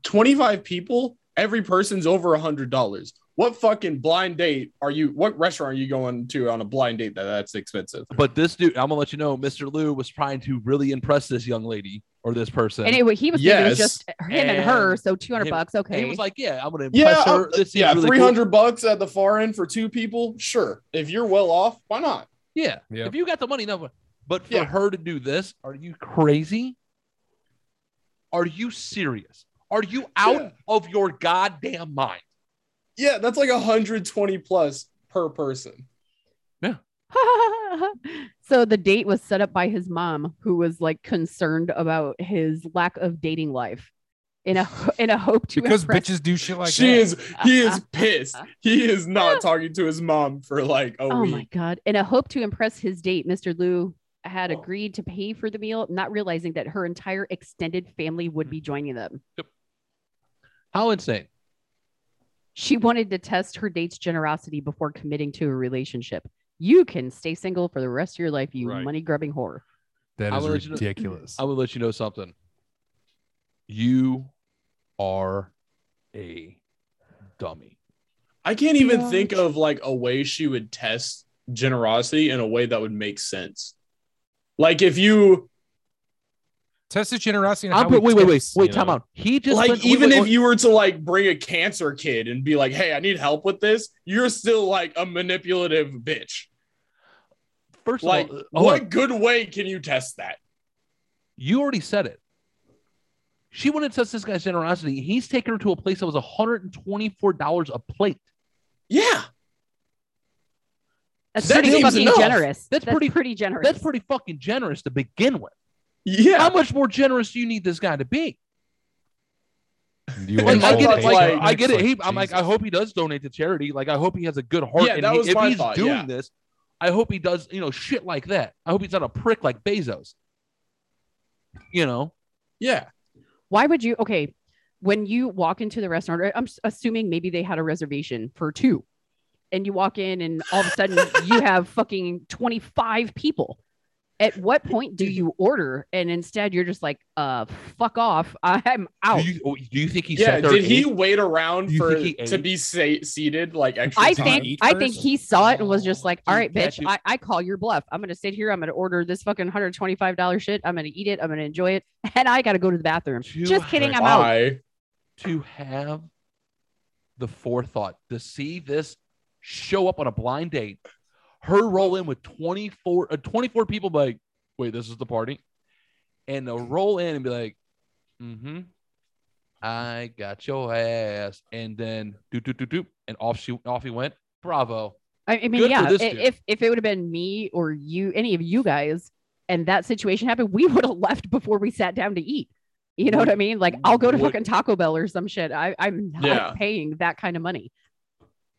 S3: 25 people, every person's over a hundred dollars. What fucking blind date are you? What restaurant are you going to on a blind date that that's expensive?
S6: But this dude, I'm gonna let you know, Mr. Lou was trying to really impress this young lady or this person.
S5: And anyway, he was thinking it was
S3: Yes.
S5: just him and, her,
S6: And
S5: so 200
S6: him-
S5: bucks.
S6: And
S5: Okay.
S6: he was like, "Yeah, I'm gonna impress
S3: Yeah,
S6: her.
S3: I'll-
S6: This seems
S3: yeah,
S6: really
S3: three
S6: cool.
S3: hundred bucks at the far end for two people. Sure, if you're well off, why not?
S6: Yeah.
S2: Yeah.
S6: If you got the money, no. but- But for
S3: Yeah.
S6: her to do this, are you crazy? Are you serious? Are you out
S3: Yeah.
S6: of your goddamn mind?
S3: Yeah, that's like hundred twenty plus per person.
S5: *laughs* so the date was set up by his mom, who was like concerned about his lack of dating life in
S6: *laughs*
S5: a in a hope to
S2: because
S5: impress
S2: bitches do shit like
S3: she
S2: that.
S3: is he
S5: *laughs*
S3: is pissed. He is not talking to his mom for like a
S5: Oh
S3: week.
S5: my god! In a hope to impress his date, Mr. Liu had agreed to pay for the meal, not realizing that her entire extended family would be joining them.
S6: How insane.
S5: She wanted to test her date's generosity before committing to a relationship. You can stay single for the rest of your life, you
S2: Right.
S5: money grubbing whore.
S2: That
S6: I
S2: is
S6: will let you know-
S2: ridiculous.
S6: I will let you know something. You are a dummy.
S3: I can't even
S5: Yeah.
S3: think of like a way she would test generosity in a way that would make sense. Like if you
S2: Test his generosity. and
S6: I'm,
S2: how
S6: wait,
S2: he
S6: wait, wait, wait,
S2: tips,
S6: wait,
S2: you
S6: time
S2: know?
S6: out. He just
S3: like
S6: went- wait,
S3: even
S6: wait,
S3: if
S6: wait.
S3: you were to like bring a cancer kid and be like, "Hey, I need help with this." You're still like a manipulative bitch.
S6: first
S3: Like
S6: of all, uh, hold
S3: what
S6: on.
S3: good way can you test that?
S6: you already said it. She wanted to test this guy's generosity. He's taking her to a place that was $124 a plate.
S3: Yeah.
S5: That's
S3: That
S5: pretty
S3: seems
S5: fucking
S3: enough.
S5: generous.
S6: That's pretty-
S5: generous.
S6: That's pretty fucking generous to begin with.
S3: Yeah.
S6: How much more generous do you need this guy to be?
S2: *laughs* You
S3: Like,
S2: want
S6: I get it.
S3: that's
S2: to
S6: Like,
S2: pay
S3: like-
S6: I get it. He,
S2: Jesus.
S6: I'm like, I hope he does donate to charity. Like, I hope he has a good heart.
S3: Yeah,
S6: and
S3: that
S6: he-
S3: was
S6: if
S3: my
S6: he's
S3: thought,
S6: doing
S3: yeah.
S6: this, I hope he does, you know, shit like that. I hope he's not a prick like Bezos. You know,
S3: Yeah.
S5: Why would you? Okay, when you walk into the restaurant, or I'm s- assuming maybe they had a reservation for two, and you walk in, and all of a
S6: *laughs*
S5: sudden you have fucking 25 people. At what point do you order? And instead, you're just like, "Uh, fuck off! *laughs* I'm out."
S6: do you, oh, do you think he
S3: yeah.
S6: sat there?
S3: Did
S6: and
S3: he
S6: ate?
S3: wait around
S6: You
S3: for
S6: think he
S3: to
S6: ate?
S3: be sa- seated like extra
S5: I
S3: time?
S5: think I think he saw it and was just like, "All
S6: Oh, Dude,
S5: right,
S6: that
S5: bitch,
S6: dude-
S5: I, I call your bluff. I'm gonna sit here. I'm gonna order this fucking hundred twenty five dollars shit. I'm gonna eat it. I'm gonna enjoy it, and I gotta go to the bathroom."
S6: Two
S5: just kidding. I'm out.
S3: Why?
S6: to have the forethought to see this show up on a blind date, her roll in with 24, uh, 24 people, be like, wait, this is the party. And they'll roll in and be like, mm hmm, I got your ass. And then do, do, do, do. And off she, off he went. Bravo.
S5: I, I mean,
S6: Good for
S5: yeah. i-
S6: this dude.
S5: If if it would have been me or you, any of you guys, and that situation happened, we *laughs* would have left before we sat down to eat. You know what I mean? Like, I'll go to
S3: Would-
S5: fucking Taco Bell or some shit. I, I'm not
S3: Yeah.
S5: paying that kind of money.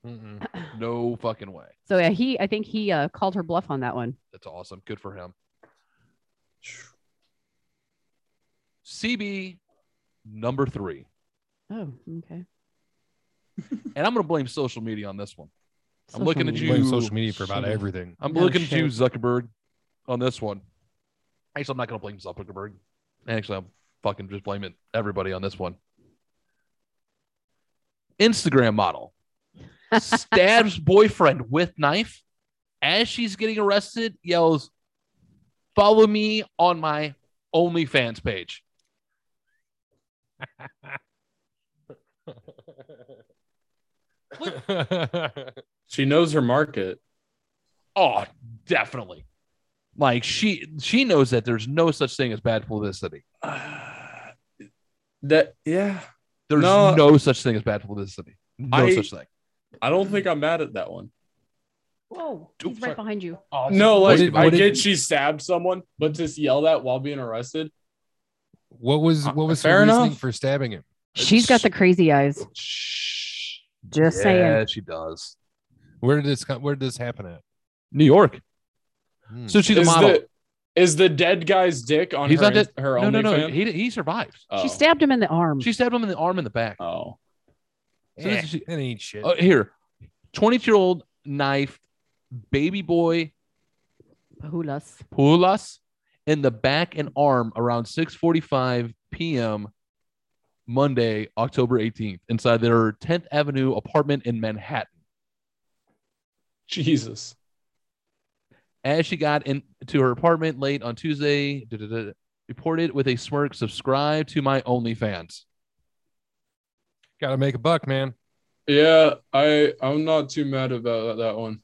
S2: Mm-mm.
S6: No fucking way.
S5: So yeah, he, I think he uh, called her bluff on that one.
S6: That's awesome. Good for him. CB number three.
S5: Oh, okay.
S6: And I'm going to blame social media on this one.
S5: Social
S6: looking at
S5: media.
S2: You
S6: You-
S2: blame social media for about
S6: Shut up.
S2: everything.
S6: I'm
S5: No
S6: looking at you,
S5: shit.
S6: Zuckerberg, on this one. Actually, I'm not going to blame Zuckerberg. Actually, I'm fucking just blaming everybody on this one. Instagram *laughs* model stabs boyfriend with knife as she's getting arrested, yells, Follow me on my OnlyFans page.
S3: She knows her
S6: *sighs*
S3: market.
S6: Oh, definitely. Like she she knows that there's no such thing as bad publicity.
S3: that yeah.
S6: There's no,
S3: No.
S6: such thing as bad publicity. No
S3: I-
S6: such thing.
S3: I don't think I'm mad at that one.
S5: Whoa,
S6: Dude,
S5: he's right
S6: sorry.
S5: behind you.
S3: No,
S2: What
S3: like
S2: did-
S3: I
S2: what did-
S3: get she stabbed someone, but just yell that while being arrested.
S2: what was
S3: Uh,
S2: what was
S3: fair
S2: her reasoning
S3: enough.
S2: for stabbing him?
S5: She's got the crazy eyes.
S6: Shh.
S5: Just
S6: yeah,
S5: saying.
S6: she does.
S2: Where did this come, where did this happen at?
S6: New York.
S2: Hmm.
S6: So she's a
S3: is
S6: model.
S3: The, is the dead guy's dick on
S6: He's
S3: her,
S6: not dead.
S3: her
S6: no, no,
S3: OnlyFans?
S6: no. He, he survived.
S3: Oh.
S5: She stabbed him in the arm.
S6: She stabbed him in the arm and the back.
S3: Oh.
S6: so this is-
S2: Eh, that ain't shit.
S6: Uh, here, 22 year old knife, baby boy
S5: Pahulas.
S6: Pulas in the back and arm around 6:45 p.m. Monday, October 18th, inside their 10th Avenue apartment in Manhattan.
S3: Jesus.
S6: As she got into her apartment late on Tuesday, da, da, da, reported with a smirk, subscribe to my OnlyFans.
S2: Got to make a buck, man.
S3: Yeah, I I'm not too mad about that one.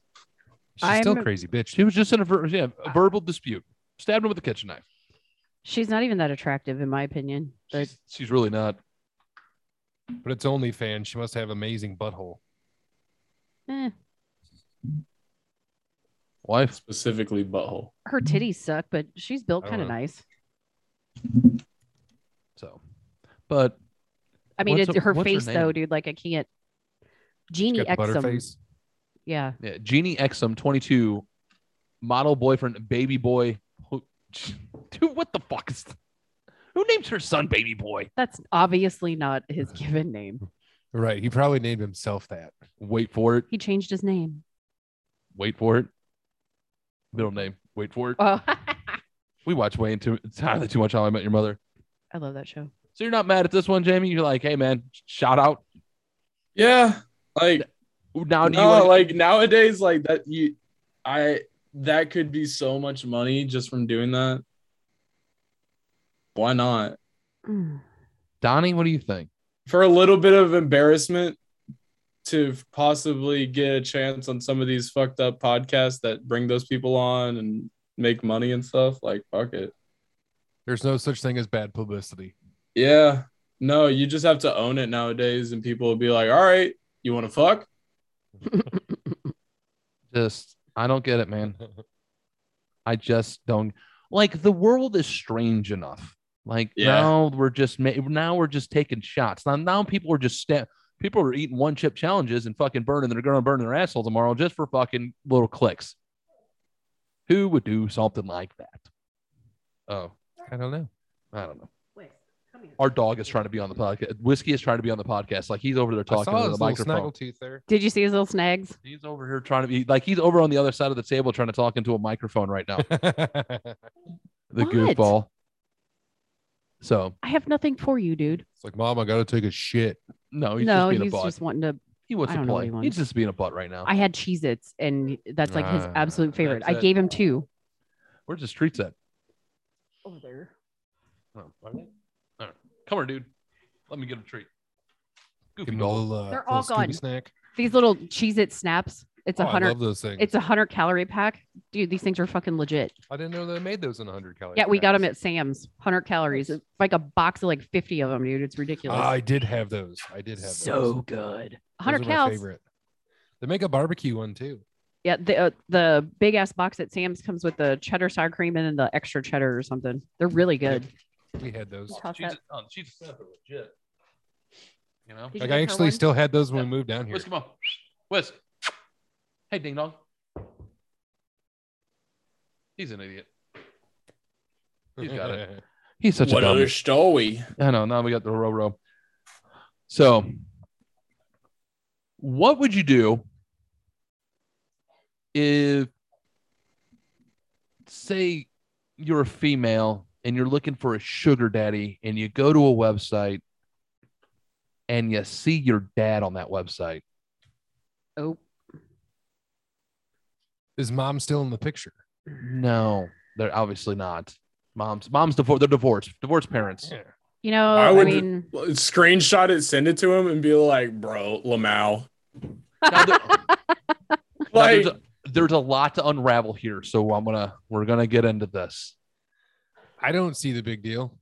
S2: She's still
S5: I'm-
S2: crazy bitch.
S6: She was just in a, ver- yeah, a verbal dispute. Stabbed him with a kitchen knife.
S5: She's not even that attractive, in my opinion. But
S6: She's, she's really not.
S2: But it's OnlyFans. She must have amazing butthole.
S5: eh,
S6: Wife.
S3: Specifically butthole.
S5: her
S6: Mm-hmm.
S5: titties suck, but she's built
S2: I
S5: kind
S6: Oh.
S5: of
S2: dunno.
S5: nice.
S6: So, but
S5: I mean,
S6: What's
S5: it's
S6: her-
S5: her
S6: what's her
S5: face though,
S6: name?
S5: dude. Like I can't.
S2: She's
S5: Genie
S2: got the
S5: Exum.
S2: butterface.
S5: Yeah.
S6: yeah, Jeannie Exum, 22, model boyfriend, baby boy. Who, *laughs* dude, what the fuck is Who names her son baby boy?
S5: That's obviously not
S6: *laughs*
S5: his given name.
S2: Right. He probably named himself that.
S6: Wait for it.
S5: He changed his name.
S6: Wait for it. Middle name. Wait for it.
S5: Oh, *laughs*
S6: We watch way into entirely too much How I Met Your Mother.
S5: I love that show.
S6: So you're not mad at this one, Jamie? You're like, hey man, shout out.
S3: Yeah. Like
S6: Now do you
S3: no,
S6: wanna-
S3: like nowadays like that you I that could be so much money just from doing that. Why not?
S5: *laughs* Mm.
S6: Donnie? What do you think?
S3: for a little bit of embarrassment to possibly get a chance on some of these fucked up podcasts that bring those people on and make money and stuff like fuck it
S2: There's no such thing as bad publicity.
S3: yeah no you just have to own it nowadays and people will be like all right you want to fuck
S6: Just I don't get
S2: *laughs*
S6: it, man. I just don't like the world is strange enough. Like
S3: Yeah.
S6: now we're just ma- now we're just taking shots. Now now people are just sta- people are eating one chip challenges and fucking burning. They're gonna burn their asshole tomorrow just for fucking little clicks. Who would do something like that?
S2: Oh, I don't know.
S6: I don't know.
S5: Wait, come here.
S6: Our dog is trying to be on the podcast. Whiskey is trying to be on the podcast. Like he's over there
S2: I
S6: talking
S2: saw
S6: to
S2: his
S6: the
S2: little
S6: microphone.
S2: snaggletooth there. *laughs*
S5: Did you see his little snags?
S6: He's over here trying to be like he's over on the other side of the table trying to talk into a microphone right now.
S2: it's
S6: The
S5: What?
S6: goofball. So
S5: I have nothing for you, dude.
S2: like, mom, I gotta take a shit.
S6: no, Oh, he's
S5: no,
S6: just being
S5: he's
S6: a butt.
S5: just wanting to.
S6: he wants
S5: I
S6: to
S5: don't know what
S6: play.
S5: he wants.
S6: He's just being a butt right now.
S5: I had Cheez Its, and that's like his
S2: Ah,
S5: absolute favorite. I
S6: that's it.
S5: gave him two.
S6: Where's the streets at?
S5: Over there.
S6: Oh, are they? All right. Come here, dude. Let me get a treat. Goofy
S2: Give him a
S6: dog.
S2: little, uh,
S5: They're all
S2: little Scooby
S5: gone.
S2: Snack.
S5: These little Cheez It snaps. It's
S2: Oh,
S5: a
S2: I
S5: hundred.
S2: love those things.
S5: It's a hundred calorie pack, dude. These things are fucking legit.
S2: I didn't know they made those in 100 calories.
S5: Yeah, we got them at Sam's. Hundred calories, It's like a box of like fifty of them, dude. It's ridiculous.
S2: I did have those. I did have those.
S5: so good.
S2: Ah, Those are
S5: Hundred
S2: my
S5: calories.
S2: favorite. They make a barbecue one too.
S5: Yeah, the uh, the big ass box at Sam's comes with the cheddar sour cream and then the extra cheddar or something. They're really good.
S2: We had those.
S5: Toss
S6: She's,
S5: that.
S6: oh, she's legit. You know?
S5: Did you
S2: Like
S5: get
S2: I
S5: her
S2: actually
S5: one?
S2: still had those when we moved down here.
S6: Whisk, come on. Whisk. Hey, ding dong. He's an idiot. He's got it. He's such
S3: what
S6: a dummy.
S3: other story?
S6: I know. Now we got the row row. So, what would you do if, say, you're a female and you're looking for a sugar daddy and you go to a website and you see your dad on that website?
S5: Oh,
S2: *laughs* Is mom still in the picture?
S6: No, they're obviously not. Mom's mom's divorced. They're divorced. Divorced parents.
S5: you know,
S3: I
S5: I,
S3: would-
S5: mean,
S3: Screenshot it, send it to him, and be like, "Bro, Lamau."
S6: Now, there- Now,
S3: Like,
S6: there's, a, there's a lot to unravel here, so I'm gonna we're gonna get into this.
S2: I don't see the big deal.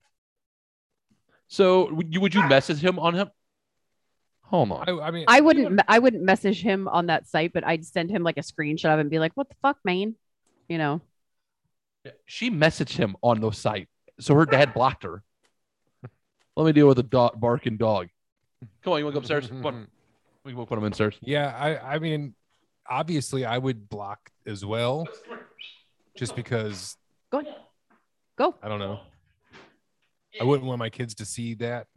S6: So would you would you message him on him? Hold
S2: I,
S6: on.
S2: I mean,
S5: I wouldn't. me- I wouldn't message him on that site, but I'd send him like a screenshot of it and be like, "What the fuck, man?" You know.
S6: She messaged him on the site, so her dad blocked her. Let me deal with a dog barking dog. Come on, you want to go upstairs?
S3: *laughs*
S6: Come on, we can put him in
S2: yeah, I, I mean, obviously, I would block as well, just because
S5: Go ahead. Go.
S2: I don't know. I wouldn't want my kids to see that.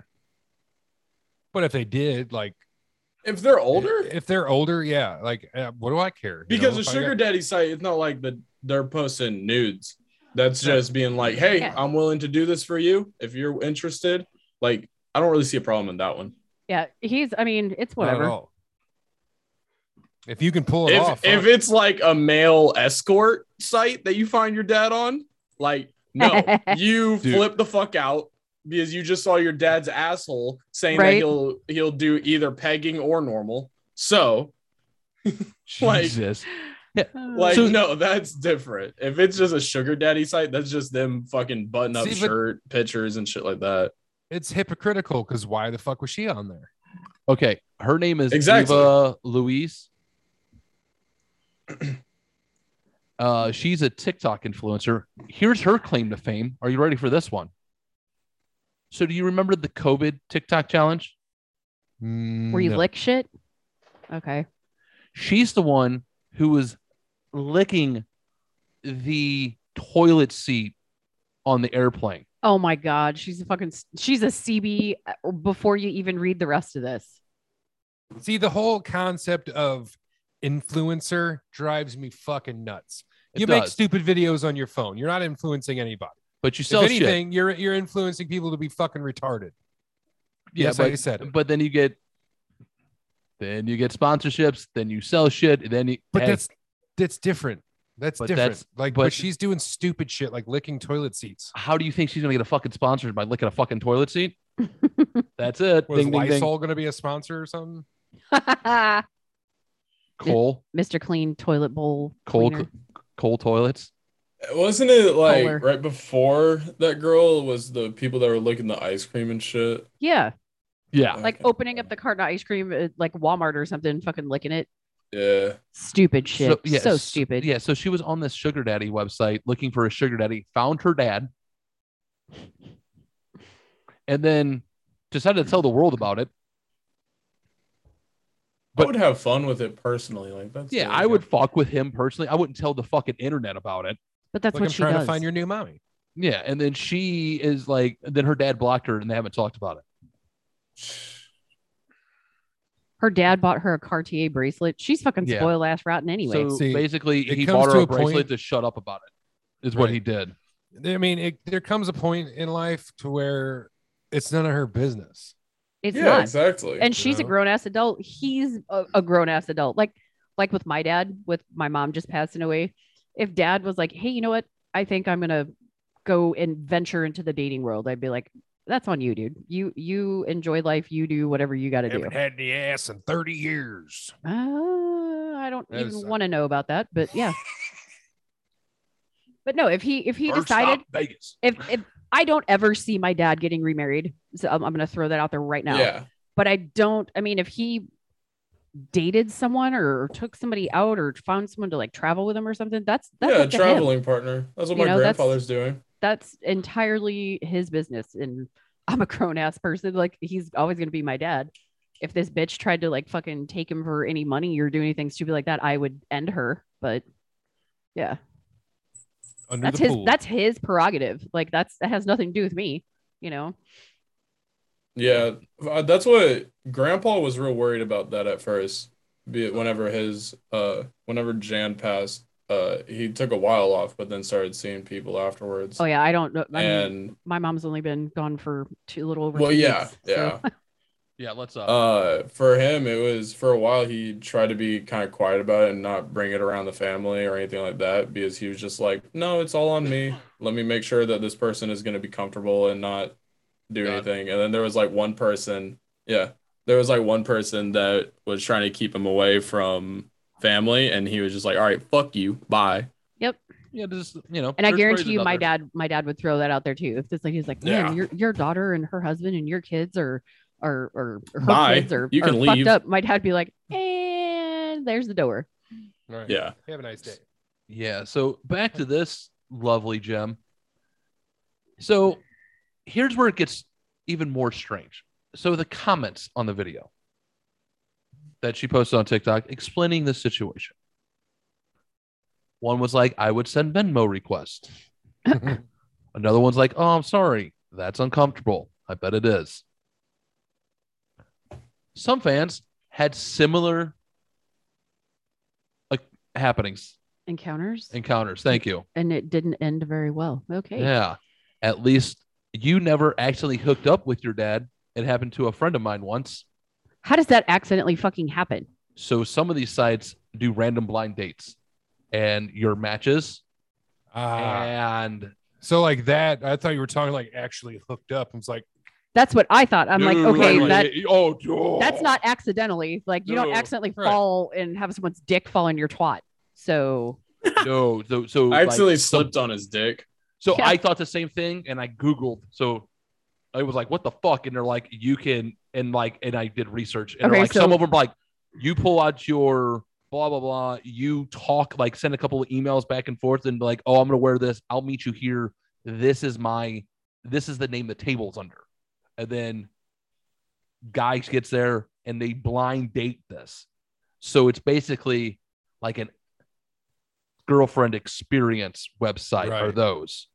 S2: But if they did, like
S3: if they're older,
S2: if they're older, yeah, like uh, what do I care? You
S3: because
S2: know,
S3: a
S2: if I
S3: sugar
S2: got-
S3: daddy site, it's not like the they're posting nudes. That's just being like, "Hey,
S5: Yeah.
S3: I'm willing to do this for you if you're interested." Like, I don't really see a problem in that one.
S5: Yeah, he's. I mean, it's
S2: not at
S5: whatever.
S2: all. If you can pull it
S3: if,
S2: off,
S3: if
S2: fuck.
S3: it's like a male escort site that you find your dad on, like
S5: *laughs*
S3: no, you
S2: Dude.
S3: flip the fuck out because you just saw your dad's asshole saying that
S5: Right.
S3: he'll he'll do either pegging or normal. So Like-
S6: Jesus.
S5: Uh,
S3: like
S6: So-
S3: no, that's different. If it's just a sugar daddy site, that's just them fucking button up
S2: See, but-
S3: shirt pictures and shit like that.
S2: it's hypocritical because why the fuck was she on there?
S6: Okay, her name is
S3: Exactly.
S6: Eva
S2: *clears throat*
S6: Louise. Uh, she's a TikTok influencer. Here's her claim to fame. Are you ready for this one? So, do you remember the COVID TikTok challenge?
S2: Mm,
S5: Where you
S2: no.
S5: lick shit. Okay.
S6: She's the one who was licking the toilet seat on the airplane.
S5: Oh my God, she's a fucking. She's a CB. uh, Before you even read the rest of this,
S2: See, the whole concept of influencer drives me fucking nuts.
S6: It
S2: you make
S6: does,
S2: stupid videos on your phone. You're not influencing anybody.
S6: but you sell
S2: if
S6: shit.
S2: anything, you're you're influencing people to be fucking retarded.
S6: Yeah,
S2: yes,
S6: but
S2: I said it.
S6: but then you get, then you get sponsorships. Then you sell shit. Then you.
S2: But
S6: hey,
S2: that's that's different. That's
S6: But
S2: different.
S6: that's-
S2: like,
S6: but-
S2: but she's doing stupid shit, like licking toilet seats.
S6: how do you think she's gonna get a fucking sponsor by licking a fucking
S5: *laughs*
S6: toilet seat? That's it.
S2: Was
S6: ding, ding, ding.
S2: Lysol going to be a sponsor or something?
S6: Coal,
S5: *laughs* Mr. Clean toilet bowl.
S6: coal,
S5: cleaner.
S6: coal toilets.
S3: Wasn't it like
S5: Color.
S3: right before that girl was the people that were licking the ice cream and shit?
S5: Yeah,
S6: Yeah,
S5: like oh. opening up the carton of ice cream at like Walmart or something, fucking licking it.
S3: yeah.
S5: Stupid shit. So,
S6: yeah, s-
S5: stupid.
S6: Yeah, so she was on this sugar daddy website looking for a sugar daddy, found her dad, and then decided to tell the world about it. But-
S3: I would have fun with it personally. Like that's
S6: Yeah,
S3: really
S6: I would
S3: good.
S6: fuck with him personally. I wouldn't tell the fucking internet about it.
S5: But that's
S2: like
S5: what
S2: I'm
S5: she
S2: trying
S5: does.
S2: to find your new mommy.
S6: Yeah, and then she is like, then her dad blocked her, and they haven't talked about it.
S5: her dad bought her a Cartier bracelet. She's fucking
S6: Yeah.
S5: spoiled ass rotten anyway.
S6: so
S2: See,
S6: basically,
S2: it
S6: he
S2: comes to
S6: bought her a
S2: a point-
S6: bracelet to shut up about it. Is what
S2: Right.
S6: he did.
S2: I mean, it, there comes a point in life to where it's none of her business.
S5: it's
S3: yeah,
S5: not.
S3: exactly.
S5: And she's a
S2: know?
S5: grown ass adult. He's a, a grown ass adult. Like like with my dad, with my mom just passing away. If dad was like, "Hey, you know what? I think I'm gonna go and venture into the dating world," I'd be like, "That's on you, dude. You you enjoy life. You do whatever you got to do."
S2: Haven't had the ass in 30 years.
S5: Uh, I don't
S2: That
S5: even
S2: is-
S5: want to know about that, but
S2: *laughs*
S5: yeah. but no, if he if he decided
S6: Vegas.
S5: if if I don't ever see my dad getting remarried, so I'm, I'm going to throw that out there right now.
S3: Yeah.
S5: But I don't. I mean, if he dated someone or took somebody out or found someone to like travel with him or something, that's that's
S3: yeah,
S5: up to him.
S3: traveling partner. That's what
S5: You
S3: my
S5: know, that's-
S3: grandfather's doing.
S5: That's entirely his business, and I'm a grown ass person. Like he's always going to be my dad. If this bitch tried to like fucking take him for any money or do anything stupid like that, I would end her. But yeah,
S2: Under
S5: that's
S2: the
S5: his
S2: pool.
S5: that's his prerogative. Like that's that has nothing to do with me. You know.
S3: Yeah, uh, that's what Grandpa was real worried about that at first. Be it whenever his uh whenever Jan passed, uh he took a while off, but then started seeing people afterwards.
S5: Oh yeah, I don't know. I mean,
S3: And
S5: my mom's only been gone for two little over
S3: well,
S5: two
S3: yeah,
S5: weeks, so-
S3: yeah.
S6: Yeah, let's uh,
S3: Uh, for him, it was for a while he tried to be kind of quiet about it and not bring it around the family or anything like that because he was just like, no, it's all on me. Let me make sure that this person is going to be comfortable and not do
S6: Got it.
S3: anything. And then there was like one person, yeah, there was like one person that was trying to keep him away from family, and he was just like, all right, fuck you, bye.
S6: yeah, just you know.
S5: and I
S6: there's
S5: guarantee
S6: praise
S5: you,
S6: and
S5: my
S6: others.
S5: dad, my dad would throw that out there too. If this lady's like, man,
S3: Yeah.
S5: your your daughter and her husband and your kids are are or her
S3: Bye.
S5: kids are,
S3: You
S5: are
S3: can
S5: fucked
S3: leave.
S5: up, my dad'd be like, and there's the door.
S2: All right.
S3: Yeah,
S2: Have a nice day.
S6: Yeah. So back to this lovely gem. So here's where it gets even more strange. So the comments on the video that she posted on TikTok explaining this situation. One was like, I would send Venmo requests. Another one's like, oh, I'm sorry. That's uncomfortable. I bet it is. Some fans had similar like happenings
S5: Encounters, and,
S6: encounters. Thank you.
S5: it didn't end very well. Okay,
S6: Yeah. At least you never actually hooked up with your dad. It happened to a friend of mine once.
S5: how does that accidentally fucking happen?
S6: So some of these sites do random blind dates and your matches.
S2: Ah,
S6: And
S2: so like that, I thought you were talking like actually hooked up. I was like,
S5: That's what I thought. I'm like,
S3: Mm,
S6: No,
S5: okay,
S6: no, no,
S5: that.
S2: oh, oh.
S5: That's not accidentally. Like you don't
S2: No,
S5: accidentally
S2: right.
S5: fall and have someone's dick fall in your twat. So
S6: no, so,
S3: *laughs*
S6: so
S3: I accidentally
S6: like,
S3: slipped on his dick.
S6: So
S5: Yeah.
S6: I thought the same thing and I Googled. So I was like, what the fuck? And they're like, you can, and like, and I did research. And they're
S5: Okay,
S6: like, some
S5: so-
S6: of them are like, you pull out your blah, blah, blah. You talk, like, send a couple of emails back and forth and be like, oh, I'm going to wear this. I'll meet you here. This is my, this is the name the table's under. And then guy gets there and they blind date this. So it's basically like an girlfriend experience website are
S2: Right.
S6: those.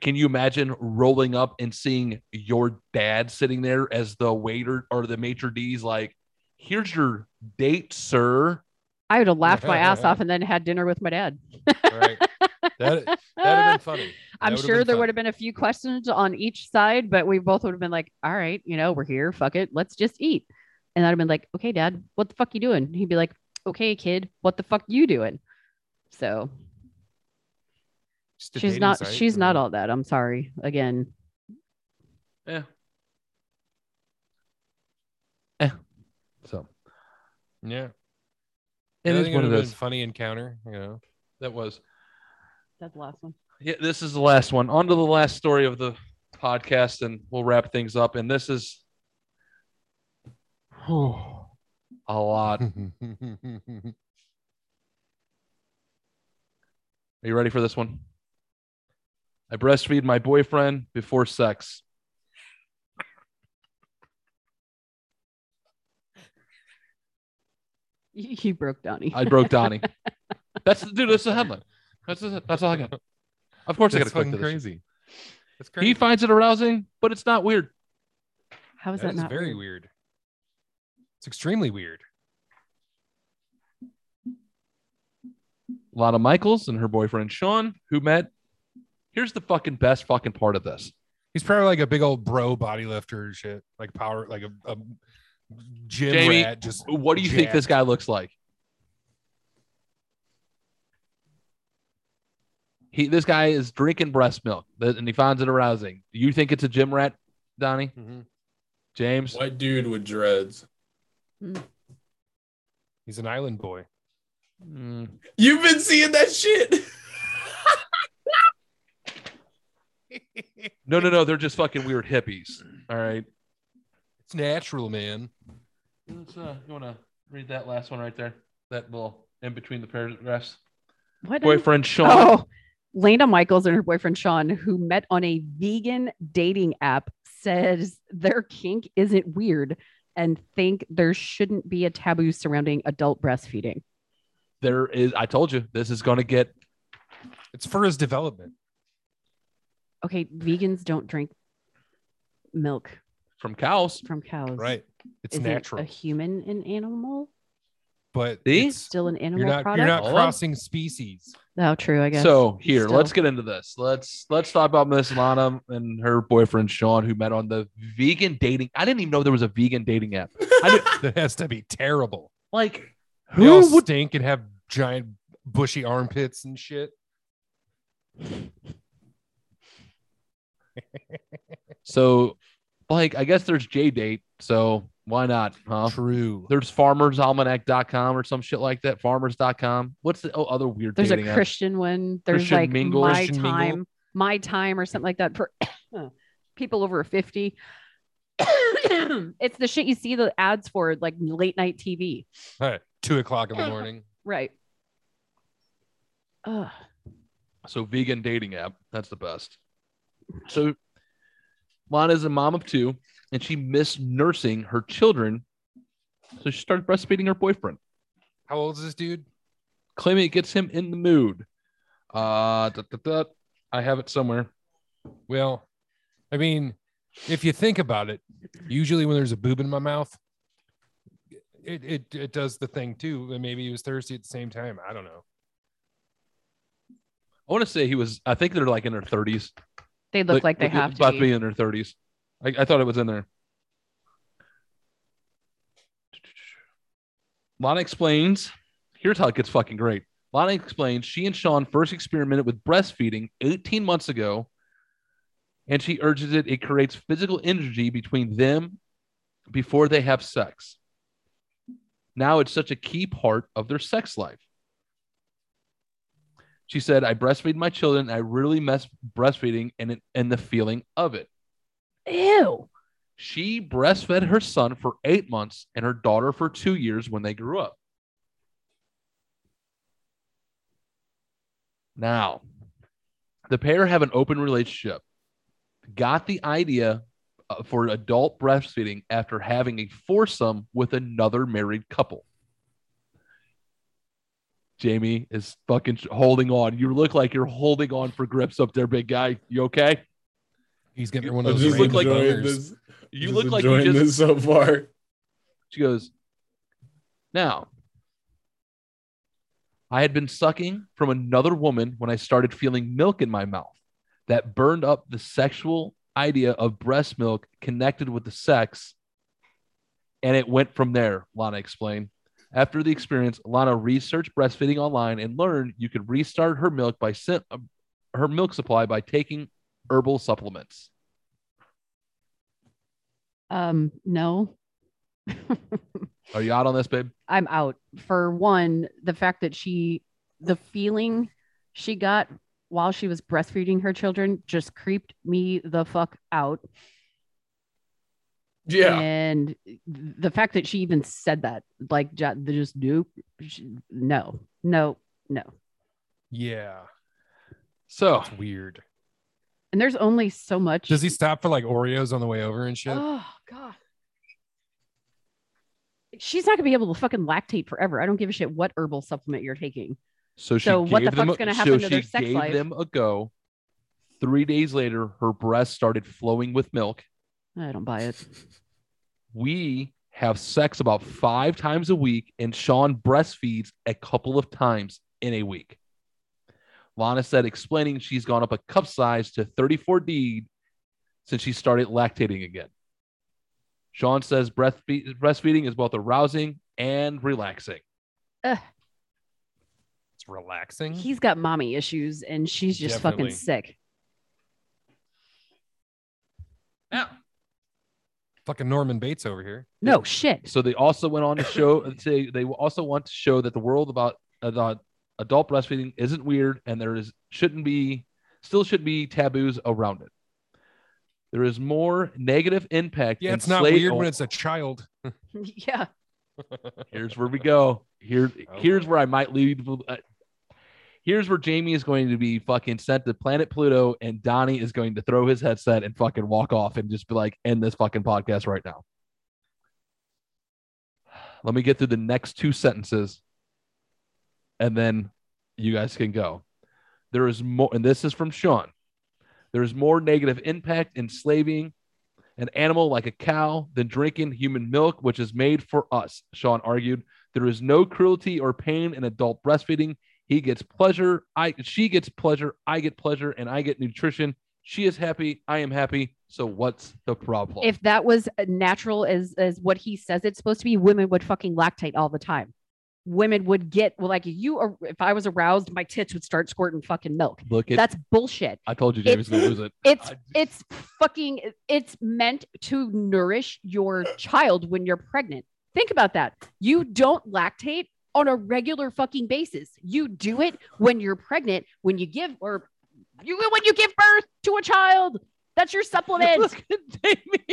S6: Can you imagine rolling up and seeing your dad sitting there as the waiter or the maitre d's like, here's your date, sir?
S5: I would have laughed my ass off and then had dinner with my dad. *laughs* Ah,
S2: right. That that'd have been funny.
S5: I'm sure there would have been a few questions on each side, but we both would have been like, all right, you know, we're here. Fuck it. Let's just eat. And I'd have been like, okay, dad, what the fuck you doing? He'd be like, okay, kid, what the fuck you doing? So she's not, she's
S2: Mm.
S5: not all that. I'm sorry. Again,
S6: Yeah. Eh. So
S2: Yeah,
S6: it
S2: I
S6: is
S2: think
S6: one
S2: would've
S6: of
S2: been
S6: those
S2: funny encounter. You *laughs* know,
S6: that was.
S5: that's the last one.
S6: Yeah, this is the last one. On to the last story of the podcast, and we'll wrap things up. And this is a lot. Are you ready for this one? I breastfeed my boyfriend before sex.
S5: *laughs* You, you broke Donnie.
S6: I broke
S2: *laughs*
S6: Donnie. That's dude. That's the headline. That's that's all I got. Of course, I got
S2: That's
S6: to click
S2: fucking
S6: to this.
S2: crazy. That's crazy.
S6: He finds it arousing, but it's not weird.
S5: How is
S2: that
S5: that,
S2: is
S5: not
S2: very
S5: weird?
S2: weird. It's extremely weird.
S6: Lana Michaels and her boyfriend Sean, who met. Here's the fucking best fucking part of this.
S2: He's probably like a big old bro body lifter and shit, like power, like a, a gym
S6: Jamie,
S2: rat. Just
S6: What do you think this guy looks like? He, this guy is drinking breast milk, th- and he finds it arousing. Do you think it's a gym rat, Donnie?
S2: Mhm.
S6: James,
S3: White dude with dreads.
S2: He's an island boy.
S6: Mm,
S3: You've been seeing that shit. *laughs*
S2: it's
S6: no, no, no. They're just fucking weird hippies. All right.
S2: natural, man.
S6: Let's, uh, you want to read that last one right there? That little in between the paragraphs.
S5: What did I-
S6: Boyfriend Sean.
S5: Oh, *laughs* Lena Michaels and her boyfriend Sean, who met on a vegan dating app, says their kink isn't weird and think there shouldn't be a taboo surrounding adult breastfeeding.
S6: There is. I told you this is going to get.
S2: It's for his development.
S5: Okay, vegans don't drink milk
S6: from cows.
S5: from cows.
S2: Right. It's
S5: Isn't
S2: natural.
S5: A human an animal?
S2: but
S6: See?
S2: it's-
S5: Still an animal
S2: you're not
S5: product?
S2: you're not
S6: product?
S2: crossing species.
S6: *laughs*
S5: No, true, I guess.
S6: So here,
S5: Still.
S6: let's get into this. Let's let's talk about Miss Lana and her boyfriend Sean, who met on the vegan dating. I didn't even know there was a vegan dating app.
S2: That has to be terrible.
S6: Like,
S2: they all
S6: who would?
S2: stink and have giant bushy armpits and shit.
S6: So, like, I guess there's J Date. So why not? Huh?
S2: True.
S6: There's farmersalmanac.com or some shit like that. Farmers.com. What's the oh, other weird
S5: There's a
S6: dating app?
S5: Christian one. There's
S6: Christian
S5: like
S6: Mingle.
S5: my
S2: Christian Mingle.
S5: time, my time, or something like that for *coughs* people over fifty. *coughs* it's the shit you see the ads for, like late night TV,
S2: All right. Two o'clock in the morning.
S5: right? Ugh.
S6: So vegan dating app. That's the best. So Lana's a mom of two, and she missed nursing her children. So she started breastfeeding her boyfriend,
S2: How old is this dude?
S6: claiming it gets him in the mood. Uh, da, da, da. I have it somewhere.
S2: Well, I mean, if you think about it, usually when there's a boob in my mouth, it it, it does the thing too. And maybe he was thirsty at the same time. I don't know.
S6: I want to say he was. I think they're like in their thirties.
S5: They look like, they have
S6: about
S5: to.
S6: to
S5: Be.
S6: be in their thirties. I, I thought it was in there. Lana explains. Here's how it gets fucking great. Lana explains she and Sean first experimented with breastfeeding 18 months ago, and she urges it. It creates physical energy between them before they have sex. Now it's such a key part of their sex life. She said, I breastfeed my children. I really mess breastfeeding and, it- and the feeling of it.
S5: Ew.
S6: She breastfed her son for eight months and her daughter for two years when they grew up. Now, the pair have an open relationship. Got the idea uh, for adult breastfeeding after having a foursome with another married couple. Jamie is fucking holding on. You look like you're holding on for grips up there, big guy. You okay?
S2: He's getting one
S3: I
S2: of those.
S3: just
S6: look
S2: random
S6: like-
S3: enjoying
S2: boners.
S3: this.
S6: You
S3: just
S6: look like you
S3: enjoying
S6: just
S3: this so
S6: *laughs*
S3: far.
S6: She goes, Now, I had been sucking from another woman when I started feeling milk in my mouth. That burned up the sexual idea of breast milk connected with the sex. And it went from there, Lana explained. After the experience, Lana researched breastfeeding online and learned you could restart her milk by sim- uh, her milk supply by taking herbal supplements.
S5: Um, no,
S6: Are you out on this, babe?
S5: I'm out. For one, the fact that she, the feeling she got while she was breastfeeding her children, just creeped me the fuck out.
S3: Yeah.
S5: and the fact that she even said that like ju- they just nope She- no no no
S2: yeah,
S6: So
S2: it's weird.
S5: and there's only so much
S2: Does he stop for like Oreos on the way over and shit?
S5: oh god she's not gonna be able to fucking lactate forever. I don't give a shit what herbal supplement you're taking.
S6: So she
S5: So
S6: gave
S5: what the
S6: them
S5: fuck's
S6: a-
S5: gonna
S6: so
S5: happen to
S6: she
S5: their sex
S6: gave
S5: life?
S6: them a go. Three days later, her breasts started flowing with milk.
S5: I don't buy it.
S6: We have sex about five times a week, and Sean breastfeeds a couple of times in a week. Lana said, explaining she's gone up a cup size to 34D since she started lactating again. Sean says breastfe- breastfeeding is both arousing and relaxing.
S5: Ugh,
S2: It's relaxing.
S5: he's got mommy issues and she's just
S2: Definitely.
S5: fucking sick.
S7: Yeah.
S2: Fucking Norman Bates over here.
S5: No shit. *laughs*
S6: So they also went on to show they, they also want to show that the world about uh, about adult breastfeeding isn't weird and there is shouldn't be still should be taboos around it. There is more negative impact.
S2: Yeah,
S6: in
S2: it's not
S6: slave
S2: weird when
S6: own-
S2: it's a child.
S5: yeah.
S6: Here's where we go. Here,
S2: Oh,
S6: here's
S2: boy.
S6: where I might lead. uh, here's where Jamie is going to be fucking sent to planet Pluto, and Donnie is going to throw his headset and fucking walk off and just be like, end this fucking podcast right now. Let me get through the next two sentences, and then you guys can go. There is more, and this is from Sean. There is more negative impact in slaving an animal like a cow than drinking human milk, which is made for us, Sean argued. There is no cruelty or pain in adult breastfeeding. He gets pleasure. I she gets pleasure. I get pleasure and I get nutrition. She is happy. I am happy. So what's the problem?
S5: If that was natural as as what he says it's supposed to be, women would fucking lactate all the time. Women would get well, like you are if I was aroused, my tits would start squirting fucking milk.
S6: Look at
S5: That's bullshit.
S6: I told you Jamie's
S5: it-
S6: gonna lose it.
S5: It's
S6: I-
S5: it's fucking it's meant to nourish your child when you're pregnant. Think about that. You don't lactate on a regular fucking basis. You do it when you're pregnant, when you give or you when you give birth to a child. That's your supplement.
S6: *laughs* Look at Jamie.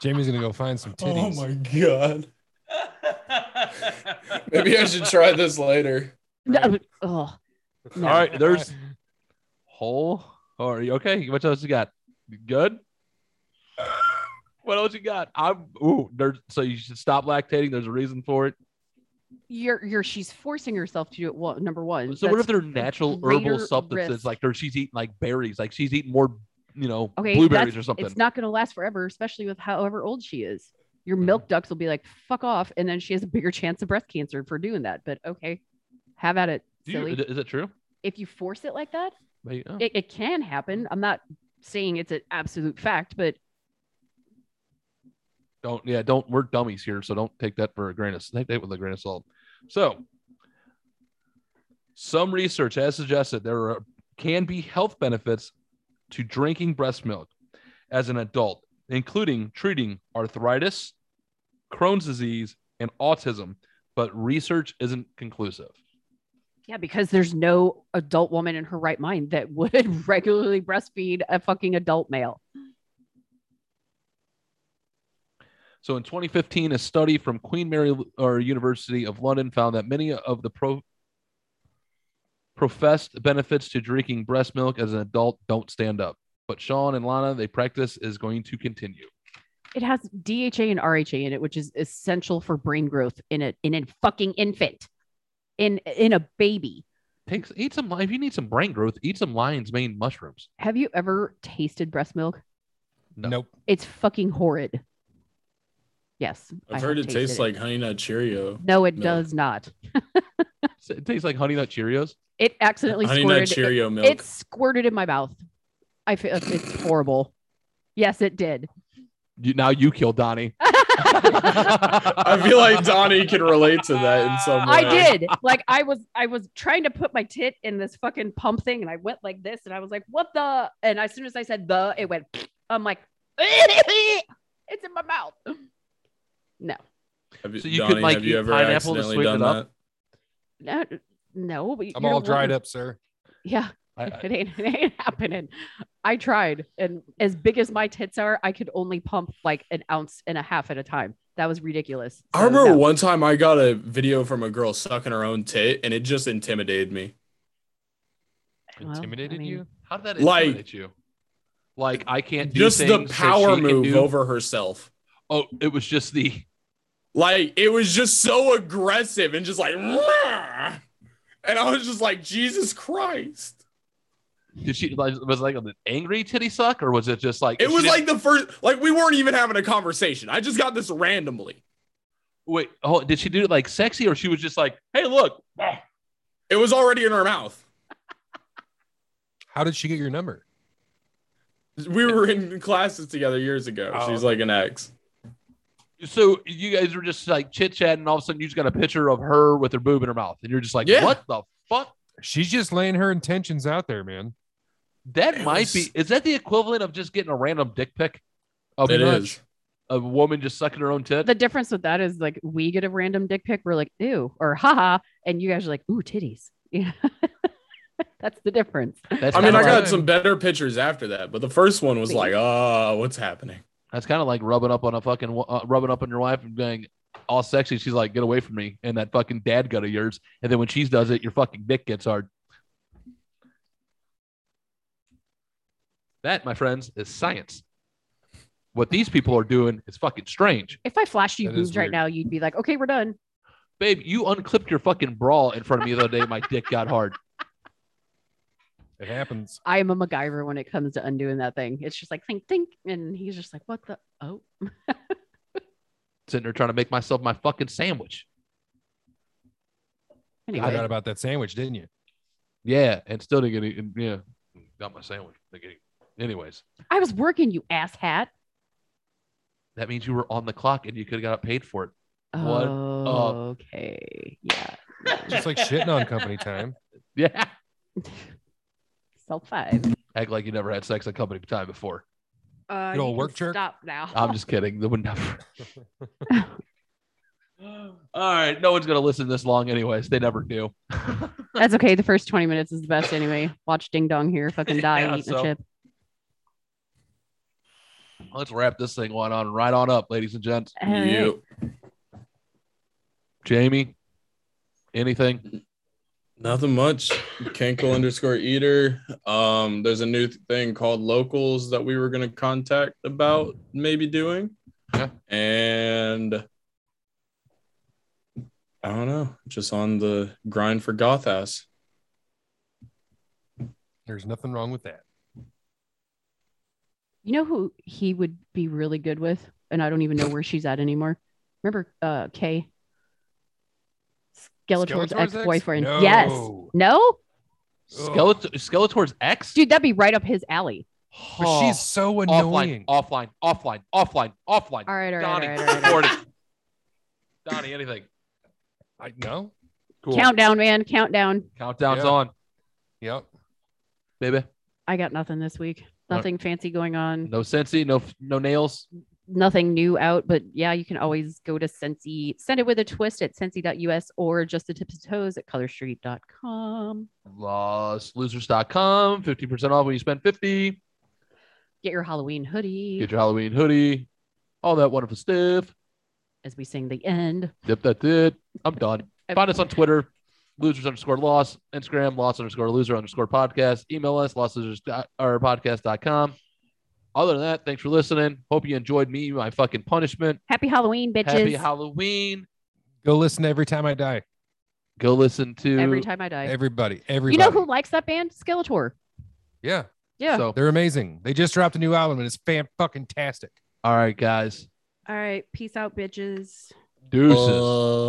S2: Jamie's gonna go find some
S3: Oh
S2: titties.
S3: my god. Maybe I should try this later.
S5: No, oh,
S6: All right, there's whole. Oh, are you okay? What else you got? You Good. What else you got? I'm ooh. There's so you should stop lactating. There's a reason for it.
S5: you're you're she's forcing herself to do it. Well, number one.
S6: So what if
S5: that's-
S6: they're natural herbal
S5: greater
S6: substances
S5: risk.
S6: like or she's eating like berries, like she's eating more, you know,
S5: okay,
S6: blueberries
S5: that's-
S6: or something.
S5: It's not going to last forever, especially with however old she is. Your milk ducts will be like, fuck off. And then she has a bigger chance of breast cancer for doing that. But okay, have at it,
S6: Do you-
S5: silly.
S6: is it true?
S5: if you force it like that,
S6: Maybe- oh.
S5: it, it can happen. I'm not saying it's an absolute fact, but
S6: Don't yeah, don't we're dummies here, so don't take that for a grain of take that with a grain of salt. So some research has suggested there are, can be health benefits to drinking breast milk as an adult, including treating arthritis, Crohn's disease, and autism, but research isn't conclusive.
S5: yeah, because there's no adult woman in her right mind that *laughs* would regularly breastfeed a fucking adult male.
S6: So in 2015, a study from Queen Mary or University of London found that many of the pro- professed benefits to drinking breast milk as an adult don't stand up. But Sean and Lana, they practice is going to continue.
S5: It has DHA and RHA in it, which is essential for brain growth in a in a fucking infant, in in a baby.
S6: Take eat some if you need some brain growth, eat some lion's mane mushrooms. *laughs*
S5: Have you ever tasted breast milk?
S6: No.
S2: Nope.
S5: It's fucking horrid. Yes. I
S3: I've
S5: have
S3: heard it
S5: tasted
S3: tastes like Honey Nut Cheerio.
S5: No, it
S3: milk.
S5: does not.
S6: It tastes like honey nut Cheerios.
S5: It accidentally
S3: Honey Nut
S5: squirted. It,
S3: Cheerio milk.
S5: it squirted in my mouth. I feel it's horrible. Yes, it did. *laughs*
S6: You, now you kill Donnie. *laughs*
S3: I feel like Donnie can relate to that in some way.
S5: I did. Like I was I was trying to put my tit in this fucking pump thing and I went like this and I was like, what the? And as soon as I said the, it went, I'm like, *laughs* it's in my mouth.
S3: Have you,
S6: So you
S3: Donnie,
S6: could, like,
S3: have you
S6: eat
S3: ever
S6: pineapple to
S3: accidentally
S6: sweeten
S3: done
S6: it up?
S3: that?
S5: No, no. but
S2: I'm
S5: you're
S2: all
S5: the
S2: dried
S5: one-
S2: up, sir.
S5: Yeah. *laughs*
S6: I- I-
S5: it, ain't, it ain't happening. I tried, and as big as my tits are, I could only pump like an ounce and a half at a time. That was ridiculous.
S3: I
S5: So,
S3: remember
S5: no.
S3: one time I got a video from a girl sucking her own tit, and it just intimidated me.
S5: Well, I
S2: Intimidated
S5: mean-
S2: you?
S6: How did that
S3: Like-
S6: intimidate you? Like I can't do
S3: Just the
S6: things, so she
S3: power
S6: can
S3: move
S6: do-
S3: over herself.
S6: Oh, it was just the
S3: Like it was just so aggressive and just like, "Rah!" and I was just like, Jesus Christ!
S6: did she like, was like an angry titty suck or was it just like
S3: It
S6: she
S3: was
S6: didn't-
S3: like the first, like we weren't even having a conversation. I just got this randomly.
S6: wait oh did she do it like sexy or she was just like hey look
S3: It was already in her mouth.
S2: How did she get your number?
S3: We were in classes together years ago.
S2: Oh.
S3: She's like an ex.
S6: so you guys were just like chit chatting and all of a sudden you just got a picture of her with her boob in her mouth and you're just like
S3: Yeah.
S6: what the fuck
S2: She's just laying her intentions out there, man.
S6: that
S3: It
S6: might
S3: was-
S6: be is that the equivalent of just getting a random dick pic of
S3: It
S6: nuts?
S3: is.
S6: a woman just sucking her own tit
S5: The difference with that is like we get a random dick pic, we're like, ew, or haha, and you guys are like, ooh, titties. *laughs* Yeah. That's the difference.
S6: that's
S3: I mean,
S6: kinda
S3: I
S6: like,
S3: got some better pictures after that, but the first one was like, oh, what's happening?
S6: that's kind of like rubbing up on a fucking uh, rubbing up on your wife and being all sexy she's like get away from me and that fucking dad gut of yours and then when she does it your fucking dick gets hard that my friends is science what these people are doing is fucking strange
S5: If I flashed you
S2: That is
S5: boobs right
S2: weird.
S5: now, you'd be like, okay, we're done.
S6: babe you unclipped your fucking bra in front of me the other day my dick got hard
S2: It happens.
S5: I am a MacGyver when it comes to undoing that thing. It's just like think, think, and he's just like, what the oh.
S6: sitting there trying to make myself my fucking sandwich
S2: You forgot
S5: Anyway,
S2: about that sandwich, didn't you?
S6: yeah and still didn't get it yeah got my sandwich Didn't get it. anyways
S5: I was working, you ass hat.
S6: That means you were on the clock and you could have got paid for it. What up?
S5: Oh, okay, yeah.
S2: Just like shitting on company time.
S6: Yeah.
S5: Self five.
S6: *laughs* Act like you never had sex on company time before.
S5: Uh,
S2: Good
S5: you
S2: old
S5: can
S2: work jerk. Um,
S5: Stop now.
S6: I'm just kidding. They would never. *laughs*
S7: *laughs*
S6: All right. No one's going to listen this long, anyways. They never do.
S5: That's okay. The first twenty minutes is the best anyway. Watch Ding Dong
S2: *laughs*
S5: here, fucking die
S6: Yeah,
S5: and eat
S6: so-
S5: a chip.
S6: Let's wrap this thing one on right on up, ladies and gents.
S5: All right.
S3: You-
S6: Jamie, anything?
S3: Nothing much. Kenkel underscore eater. Um, there's a new th- thing called locals that we were gonna contact about maybe doing.
S6: Yeah.
S3: And I don't know, just on the grind for goth ass.
S2: There's nothing wrong with that.
S5: You know who he would be really good with, and I don't even know where she's at anymore. Remember, uh, Kay,
S2: Skeletor's
S5: Skeletor's
S2: ex?
S5: ex-boyfriend.
S2: No.
S5: Yes. No,
S6: Skeletor, Skeletor's ex?
S5: dude, that'd be right up his alley.
S2: But
S6: Oh,
S2: she's so
S6: offline,
S2: annoying.
S6: offline, offline, offline, offline.
S5: All right, all right, all
S6: Donnie,
S5: right, all right. all right.
S6: recording. Donnie, anything?
S2: I know.
S6: Cool.
S5: Countdown, man, countdown.
S6: Countdown's
S2: Yeah.
S6: on,
S2: Yep.
S6: baby.
S5: I got nothing this week.
S6: All right.
S5: Nothing fancy going on.
S6: No Sensi, no no nails.
S5: Nothing new out, but yeah, you can always go to Sensi, send it with a twist at sensi.us or just the tips and toes at colorstreet.com.
S6: lostlosers.com 15% off when you spend 50
S5: Get your Halloween hoodie
S6: get your halloween hoodie all that wonderful stuff
S5: as we sing the end.
S6: dip that did i'm done find us on twitter losers underscore loss instagram loss underscore loser underscore podcast email us lost losers dot- or podcast.com other than that thanks for listening hope you enjoyed me my fucking punishment
S5: Happy Halloween, bitches.
S6: happy halloween
S2: Go listen to every time I die.
S6: go listen to
S5: Every time I die.
S2: Everybody.
S5: You
S2: Everybody.
S5: know who likes that band? Skeletor.
S2: Yeah.
S5: Yeah.
S6: so
S2: They're amazing. They just dropped a new album and it's fan fucking tastic.
S6: all right guys
S5: All right. Peace out, bitches.
S6: deuces
S3: Uh,